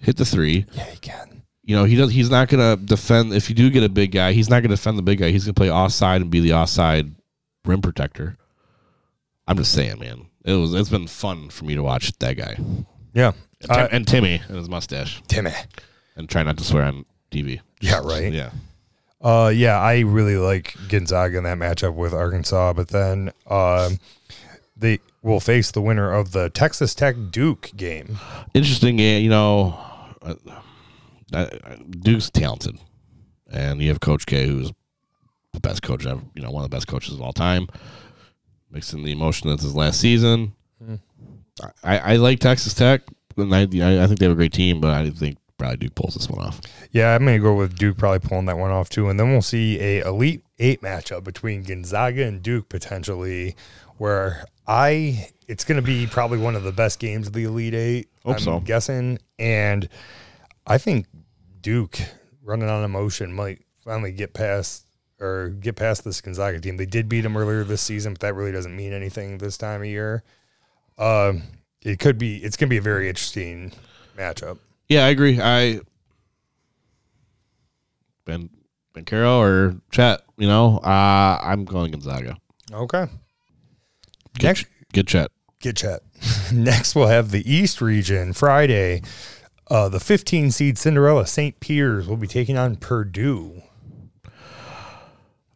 S2: hit the three.
S1: yeah, he can.
S2: You know he does. He's not gonna defend. If you do get a big guy, he's not gonna defend the big guy. He's gonna play offside and be the offside rim protector. I'm just saying, man. It was. It's been fun for me to watch that guy and,
S1: Yeah,
S2: Tim-
S1: uh,
S2: and Timmy and his mustache
S1: Timmy.
S2: and try not to swear on TV.
S1: Yeah, right.
S2: Yeah.
S1: Uh, yeah, I really like Gonzaga in that matchup with Arkansas, but then um, they will face the winner of the Texas Tech Duke game.
S2: interesting game. You know, uh, uh, Duke's talented, and you have Coach K, who's the best coach ever. You know, one of the best coaches of all time. Mixing the emotion that's his last season. I, I like Texas Tech, and I, I think they have a great team, but I think probably Duke pulls this one off.
S1: Yeah, I'm gonna go with Duke probably pulling that one off too, and then we'll see a Elite Eight matchup between Gonzaga and Duke potentially, where I it's gonna be probably one of the best games of the Elite Eight.
S2: Hope
S1: I'm
S2: so.
S1: guessing, and I think Duke running on emotion might finally get past or get past this Gonzaga team. They did beat them earlier this season, but that really doesn't mean anything this time of year. Um, it could be it's gonna be a very interesting matchup.
S2: Yeah, I agree. I Ben Ben Caro or Chet. You know, uh, I'm going Gonzaga.
S1: Okay.
S2: Get,
S1: Next-
S2: get Chet.
S1: get chat. *laughs* Next, we'll have the East region Friday. Uh, the 15 seed Cinderella St. Peter's will be taking on Purdue.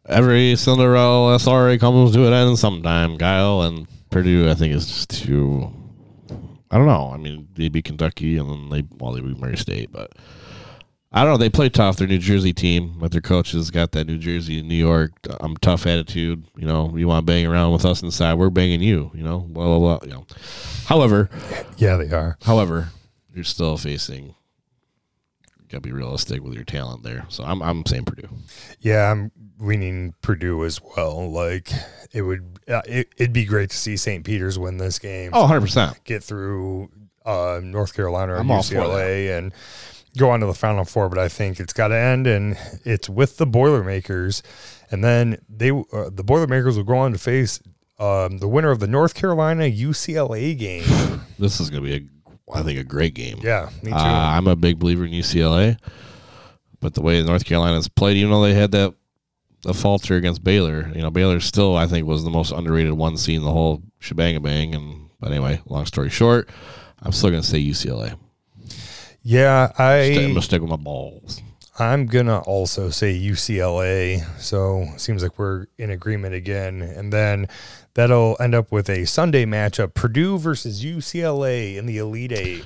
S2: every Cinderella story comes to an end sometime, Kyle. And Purdue, I think, is just too. I don't know. I mean, they beat Kentucky and then they, well, they beat Murray State, but I don't know. They play tough. They're a New Jersey team, but their coach has got that New Jersey, New York, um, tough attitude. You know, you want to bang around with us inside, we're banging you, you know, blah, blah, blah. You know. However,
S1: Yeah, they are.
S2: however, you're still facing, got to be realistic with your talent there. So I'm, I'm saying Purdue.
S1: Yeah, I'm leaning Purdue as well. Like it would, uh, it, it'd be great to see St. Peter's win this game,
S2: Oh, 100%.
S1: get through uh, North Carolina or
S2: I'm all for
S1: UCLA, and go on to the Final Four. But I think it's got to end, and it's with the Boilermakers, and then they uh, the Boilermakers will go on to face um, the winner of the North Carolina UCLA
S2: *sighs*
S1: game.
S2: This is going to be a, I think, a great game.
S1: yeah, me too.
S2: Uh, I'm a big believer in UCLA, but the way North Carolina's played, even though they had that a falter against Baylor, you know, Baylor still I think was the most underrated one seed in the whole shebang bang. And but anyway, long story short, I'm still going to say UCLA.
S1: yeah,
S2: Sti- I'm going
S1: I
S2: to stick with my balls.
S1: I'm gonna also say UCLA. So seems like we're in agreement again. And then that'll end up with a Sunday matchup: Purdue versus UCLA in the Elite Eight.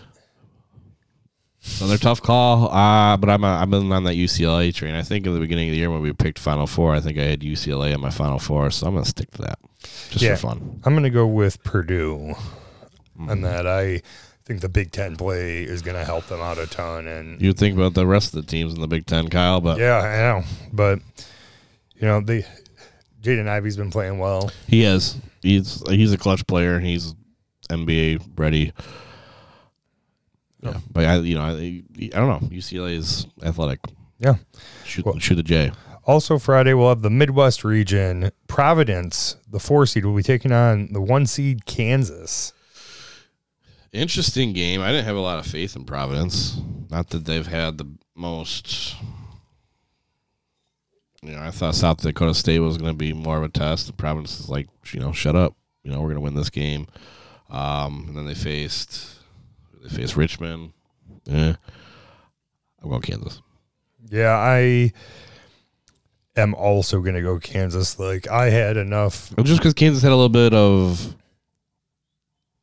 S2: Another tough call, uh, but I'm a, I've been on that UCLA train. I think at the beginning of the year when we picked Final Four, I think I had UCLA in my Final Four, so I'm going to stick to that just
S1: Yeah.
S2: for fun.
S1: I'm gonna go with Purdue,
S2: Mm-hmm.
S1: and that I think the Big Ten play is gonna help them out a ton. And
S2: You'd think about the rest of the teams in the Big Ten, Kyle, but
S1: yeah, I know, but you know they. Jaden Ivey's been playing well.
S2: He is. He's he's a clutch player. He's NBA ready. Yeah, but I you know I, I don't know UCLA is athletic.
S1: Yeah.
S2: Shoot,
S1: Well-
S2: shoot a J.
S1: Also, Friday, we'll have the Midwest region. Providence, the four seed, will be taking on the one seed Kansas.
S2: Interesting game. I didn't have a lot of faith in Providence. Not that they've had the most. You know, I thought South Dakota State was going to be more of a test. And Providence is like, you know, shut up. You know, we're going to win this game. Um, and then they faced they faced Richmond. Eh. I'm going Kansas.
S1: Yeah, I am also going to go Kansas. Like, I had enough.
S2: Well, just because Kansas had a little bit of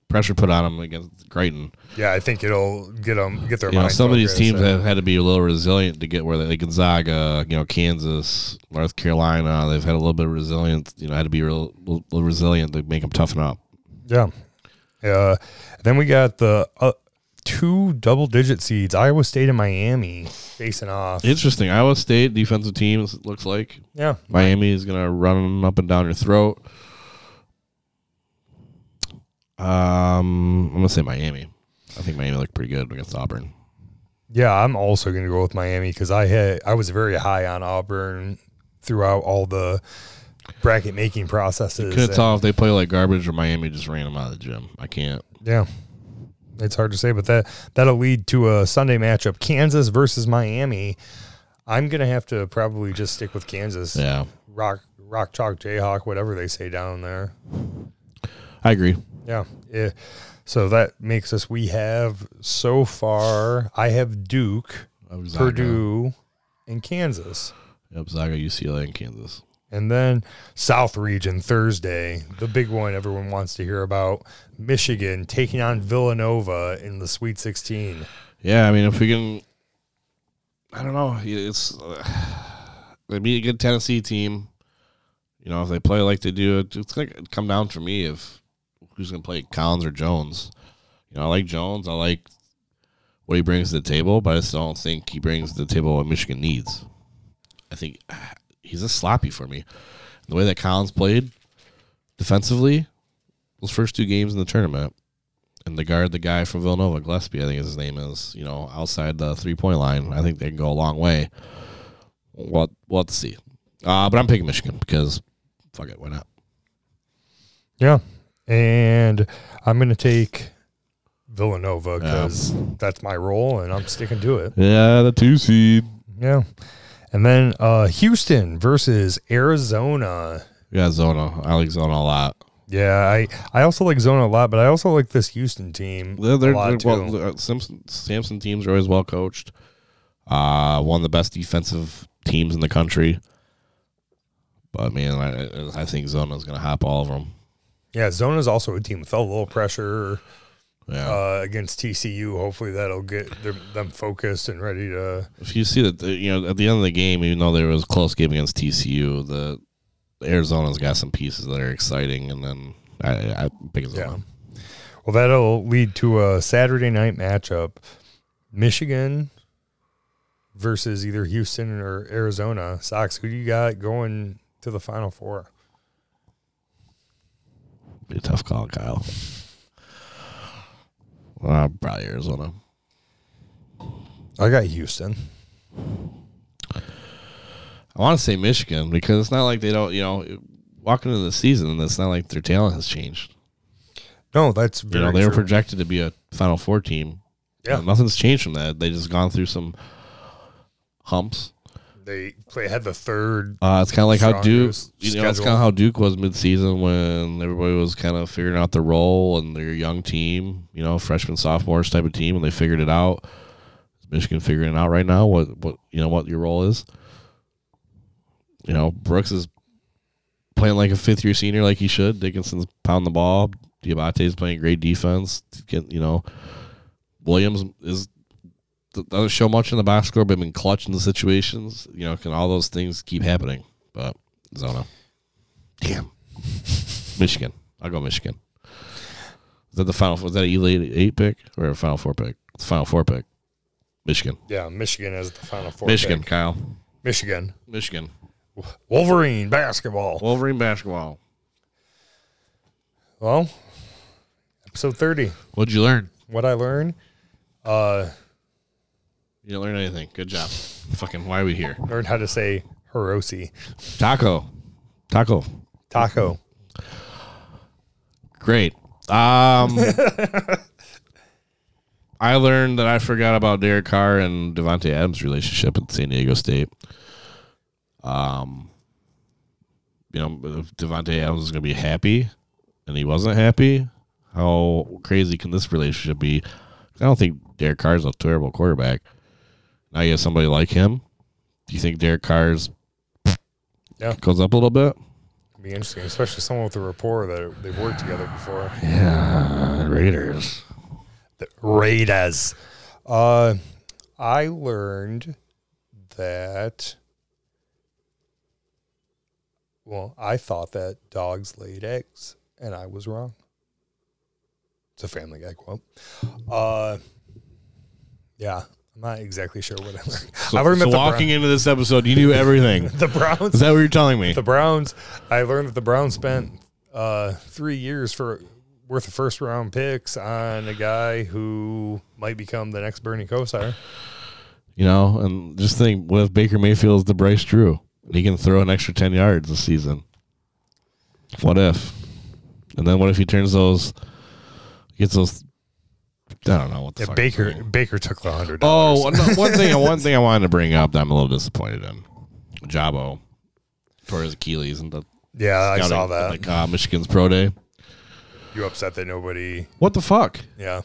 S2: pressure put on them against Creighton.
S1: Yeah, I think it'll get them, get their
S2: You know,
S1: mind
S2: some of these
S1: focused.
S2: teams
S1: And-
S2: have had to be a little resilient to get where they, like Gonzaga, you know, Kansas, North Carolina, they've had a little bit of resilience, you know, had to be real, little, little resilient to make them toughen up.
S1: Yeah. Uh, then we got the uh, two double digit seeds, Iowa State and Miami, facing off.
S2: Interesting. Iowa State defensive team, it looks like.
S1: yeah.
S2: Miami is going to run 'em up and down your throat. Um, I'm going to say Miami. I think Miami looked pretty good against Auburn.
S1: Yeah, I'm also going to go with Miami because I had I was very high on Auburn throughout all the bracket making processes.
S2: Couldn't
S1: and-
S2: tell if they play like garbage or Miami just ran them out of the gym. I can't.
S1: Yeah, it's hard to say, but that that'll lead to a Sunday matchup: Kansas versus Miami. I'm going to have to probably just stick with Kansas.
S2: Yeah,
S1: Rock, rock, chalk, Jayhawk, whatever they say down there.
S2: I agree.
S1: Yeah. yeah. So that makes us. We have so far. I have Duke,
S2: I was Zaga.
S1: Purdue, and Kansas.
S2: Yep, Zaga, UCLA, and Kansas.
S1: And then South Region Thursday, the big one everyone wants to hear about Michigan taking on Villanova in the Sweet 16.
S2: Yeah, I mean, if we can, I don't know. It's *sighs* they be a good Tennessee team. You know, if they play like they do, it- it's gonna come down for me if who's gonna play Collins or Jones. You know, I like Jones. I like what he brings to the table, but I just don't think he brings to the table what Michigan needs. I think *sighs* ah, he's just sloppy for me. The way that Collins played defensively, those first two games in the tournament, and the guard, the guy from Villanova, Gillespie, I think his name is, you know, outside the three point line. I think they can go a long way. What we'll have to see. Uh, but I'm picking Michigan because fuck it, why not?
S1: Yeah. And I'm going to take Villanova because that's my role and I'm sticking to it.
S2: Yeah, the two seed.
S1: Yeah. And then uh, Houston versus Arizona.
S2: Yeah, Zona. I like Zona a lot.
S1: Yeah, I, I also like Zona a lot, but I also like this Houston team
S2: They're, they're,
S1: a lot
S2: they're-
S1: too.
S2: well, uh, Simpson, Samson teams are always well coached. Uh, one of the best defensive teams in the country. But man, I, I- I think Zona's gonna hop all of them.
S1: yeah, Zona's also a team that felt a little pressure.
S2: Yeah.
S1: uh, against TCU. Hopefully, that'll get them, them focused and ready to.
S2: if you see that the- you know at the end of the game, even though there was a close game against TCU, the Arizona's got some pieces that are exciting, and then I, I pick Arizona.
S1: Well, that'll lead to a Saturday night matchup: Michigan versus either Houston or Arizona. Sox, who do you got going to the Final Four?
S2: Be a tough call, Kyle. Uh, probably Arizona.
S1: I got Houston.
S2: I want to say Michigan because it's not like they don't, you know, walking into the season, and it's not like their talent has changed.
S1: No, that's
S2: You
S1: very
S2: know, they were
S1: true.
S2: projected to be a Final Four team.
S1: Yeah.
S2: Uh, nothing's changed from that. They just gone through some humps.
S1: they play had the third.
S2: Uh, it's kind of like how Duke,
S1: Strongest
S2: you know, it's
S1: schedule.
S2: kind of how Duke was midseason when everybody was kind of figuring out their role and their young team, you know, freshman sophomores type of team, and they figured it out. Is Michigan figuring it out right now what what you know what your role is. You know, Brooks is playing like a fifth year senior, like he should. Dickinson's pounding the ball. Diabate's playing great defense. Get- You know, Williams is doesn't show much in the box score, but been clutch in the situations. You know, can all those things keep happening? But I don't know. Damn, Michigan. I'll go Michigan. Is that the final? Was that an elite eight pick or a final four pick? It's final four pick. Michigan.
S1: Yeah, Michigan as the final four.
S2: Michigan.
S1: pick.
S2: Kyle.
S1: Michigan,
S2: Michigan.
S1: Wolverine basketball.
S2: Wolverine basketball.
S1: Well, episode thirty.
S4: What'd you learn?
S1: What I learned, uh,
S2: You didn't learn anything. Good job. Fucking. Why are we here?
S1: learned how to say Hiroshi
S2: Taco. Taco.
S1: taco.
S2: Great. Um, I learned that I forgot about Derek Carr and Devontae Adams' relationship at San Diego State. Um, you know, if Devontae Adams is going to be happy, and he wasn't happy, how crazy can this relationship be? 'Cause I don't think Derek Carr is a terrible quarterback. Now you have somebody like him. Do you think Derek Carr's
S1: Yeah.
S2: goes up a little bit?
S1: It'd be interesting, especially someone with a rapport that they've worked together before.
S2: Yeah, Raiders.
S1: The Raiders. Uh, I learned that. Well, I thought that dogs laid eggs, and I was wrong. It's a Family Guy quote. Uh, yeah, I'm not exactly sure what I learned.
S2: So,
S1: I learned
S2: so
S1: that the,
S2: walking into this episode, you knew everything.
S1: Brown- *laughs* the Browns
S2: Is that what you're telling me?
S1: the Browns. I learned that the Browns spent uh, three years for worth of first round picks on a guy who might become the next Bernie Kosar.
S2: You know, and just think, what if Baker Mayfield is the Bryce Drew? And he can throw an extra 10 yards this season. What if? And then what if he turns those, gets those, I don't know what the fuck. is
S1: Baker
S2: going-
S1: Baker took the hundred.
S2: Oh, one one thing, one thing I wanted to bring up that I'm a little disappointed in. Jabo tore his Achilles and the
S1: yeah, I saw that.
S2: Like, uh, Michigan's pro day.
S1: you upset that nobody.
S2: What the fuck?
S1: Yeah,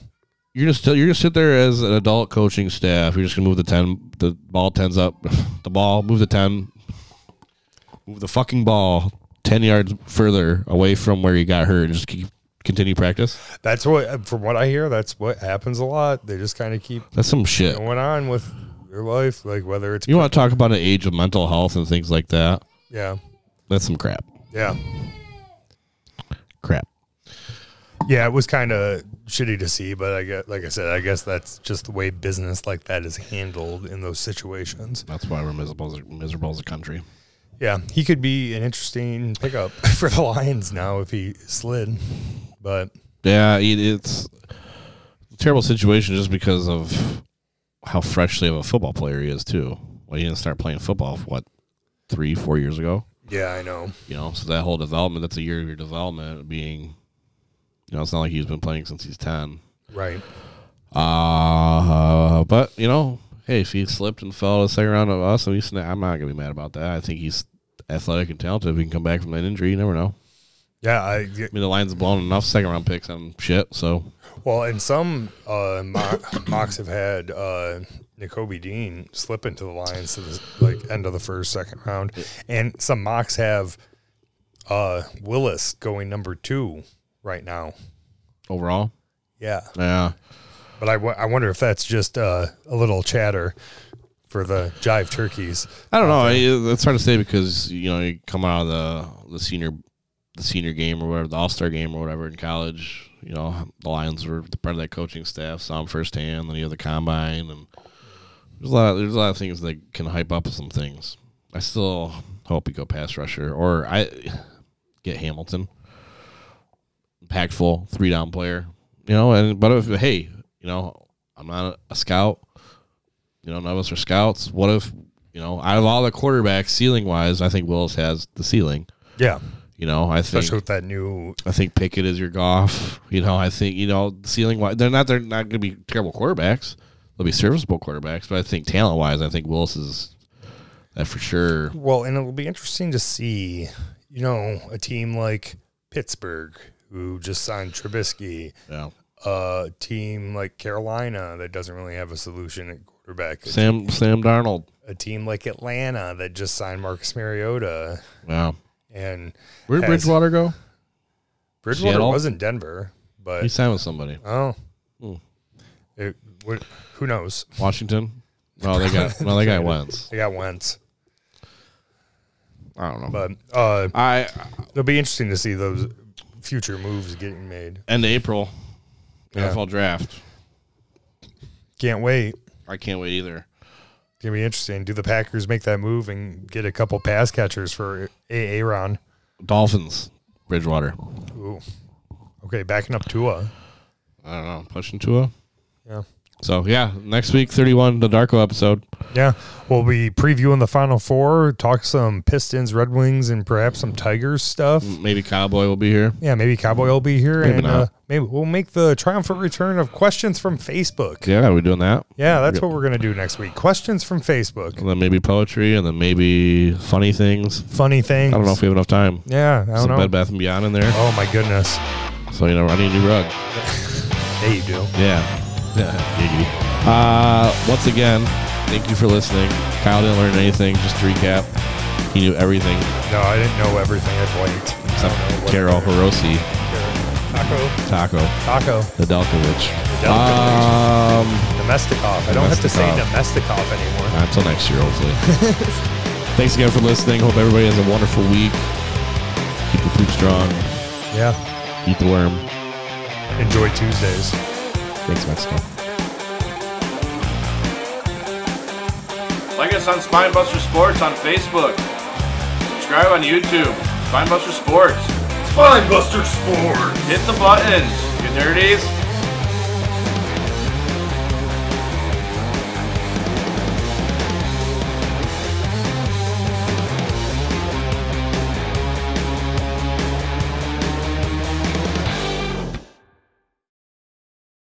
S2: you're just you're gonna sit there as an adult coaching staff. You're just gonna move the ten, the ball tens up, *laughs* the ball, move the ten, move the fucking ball ten yards further away from where you got hurt, and just keep continue practice.
S1: that's what from what I hear. That's what happens a lot. They just kind of keep
S2: That's some shit.
S1: going on with their life, like whether it's
S2: You want to talk about an age of mental health and things like that?
S1: yeah,
S2: That's some crap.
S1: yeah,
S2: Crap.
S1: yeah. It was kind of shitty to see, but I guess, like I said, I guess that's just the way business like that is handled in those situations.
S2: That's why we're miserable as a, miserable as a country.
S1: Yeah, he could be an interesting pickup *laughs* for the Lions now if he slid. But
S2: Yeah, it, it's a terrible situation just because of how freshly of a football player he is too. Well, he didn't start playing football what three, four years ago.
S1: yeah, I know.
S2: You know, so that whole development, that's a year of your development being you know, it's not like he's been playing since he's ten.
S1: Right.
S2: Uh but you know, hey, if he slipped and fell a second round of us and he's I'm not gonna be mad about that. I think he's athletic and talented. If he can come back from that injury, you never know.
S1: Yeah, I
S2: I mean the line's blown enough second round picks on shit, so
S1: well, and some uh, mo- mocks have had uh, N'Kobe Dean slip into the Lions to the like end of the first, second round, and some mocks have uh, Willis going number two right now.
S2: overall.
S1: Yeah,
S2: Yeah.
S1: but I wo- I wonder if that's just uh, a little chatter for the jive turkeys.
S2: I don't know. I- It's hard to say because you know you come out of the the senior the senior game or whatever the All Star game or whatever in college. You know the Lions were part of that coaching staff, saw them firsthand. Then you have the combine, and there's a lot. There's a lot of things that can hype up some things. I still hope we go pass rusher or I get Hamilton, impactful three down player. You know, and but if hey, you know I'm not a scout. You know, none of us are scouts. What if, you know, out of all the quarterbacks, ceiling wise, I think Willis has the ceiling.
S1: Yeah,
S2: You You know, I
S1: especially
S2: think
S1: with that new.
S2: I think Pickett is your golf. You know, I think you know ceiling wise, they're not they're not going to be terrible quarterbacks. They'll be serviceable quarterbacks, but I think talent wise, I think Willis is that for sure.
S1: Well, and it'll be interesting to see, you know, a team like Pittsburgh who just signed Trubisky,
S2: Yeah.
S1: a team like Carolina that doesn't really have a solution at quarterback, a,
S2: Sam Sam Darnold.
S1: a team like Atlanta that just signed Marcus Mariota,
S2: Yeah.
S1: and
S2: Where did
S1: Has-
S2: Bridgewater go?
S1: Bridgewater
S2: Seattle?
S1: was in Denver, but
S2: He signed with somebody.
S1: oh,
S2: Hmm.
S1: it, what, who knows?
S2: Washington. No, they got no, they got
S1: *laughs*
S2: Wentz.
S1: They got Wentz,
S2: I don't know.
S1: but uh,
S2: I
S1: it'll be interesting to see those future moves getting made.
S2: end of April
S1: Yeah.
S2: NFL draft.
S1: Can't wait.
S2: I can't wait either.
S1: Gonna be interesting. Do the Packers make that move and get a couple pass catchers for Aaron?
S2: Dolphins. Bridgewater.
S1: Ooh. Okay, backing up Tua.
S2: I don't know. Pushing Tua.
S1: Yeah.
S2: So yeah, next week thirty one the Darko episode.
S1: Yeah. We'll be previewing the final four, talk some Pistons, Red Wings, and perhaps some Tigers stuff.
S2: Maybe Cowboy will be here.
S1: Yeah, maybe Cowboy will be here
S2: Maybe
S1: and
S2: not.
S1: uh, maybe we'll make the triumphant return of questions from Facebook. Yeah,
S2: Yeah, we're doing that.
S1: that's what we're gonna do next week. Questions from Facebook.
S2: And then maybe poetry and then maybe funny things.
S1: Funny things.
S2: I don't know if we have enough time.
S1: Yeah, I don't
S2: Some
S1: know.
S2: Bed Bath and Beyond in there.
S1: Oh my goodness.
S2: So you know, I need a new rug.
S1: Hey you do.
S2: Yeah. *laughs* Giggity. Uh, once again, thank you for listening. Kyle didn't learn anything. Just to recap, he knew everything
S1: No, I didn't know everything I blanked.
S2: except
S1: I don't know what-
S2: Carol Hiroshi
S1: Taco.
S2: Taco
S1: Taco.
S2: Nedeljkovic.
S1: Delta
S2: Um,
S1: Domesticov. I don't have to say Domesticov anymore.
S2: until next year, hopefully. Thanks again for listening. Hope everybody has a wonderful week. Keep your poop strong.
S1: Yeah.
S2: Eat the worm.
S1: Enjoy Tuesdays.
S2: Thanks, Mexico.
S5: Like us on Spinebuster Sports on Facebook. Subscribe on YouTube. Spinebuster Sports.
S3: Spinebuster Sports!
S5: Hit the buttons, you nerdies.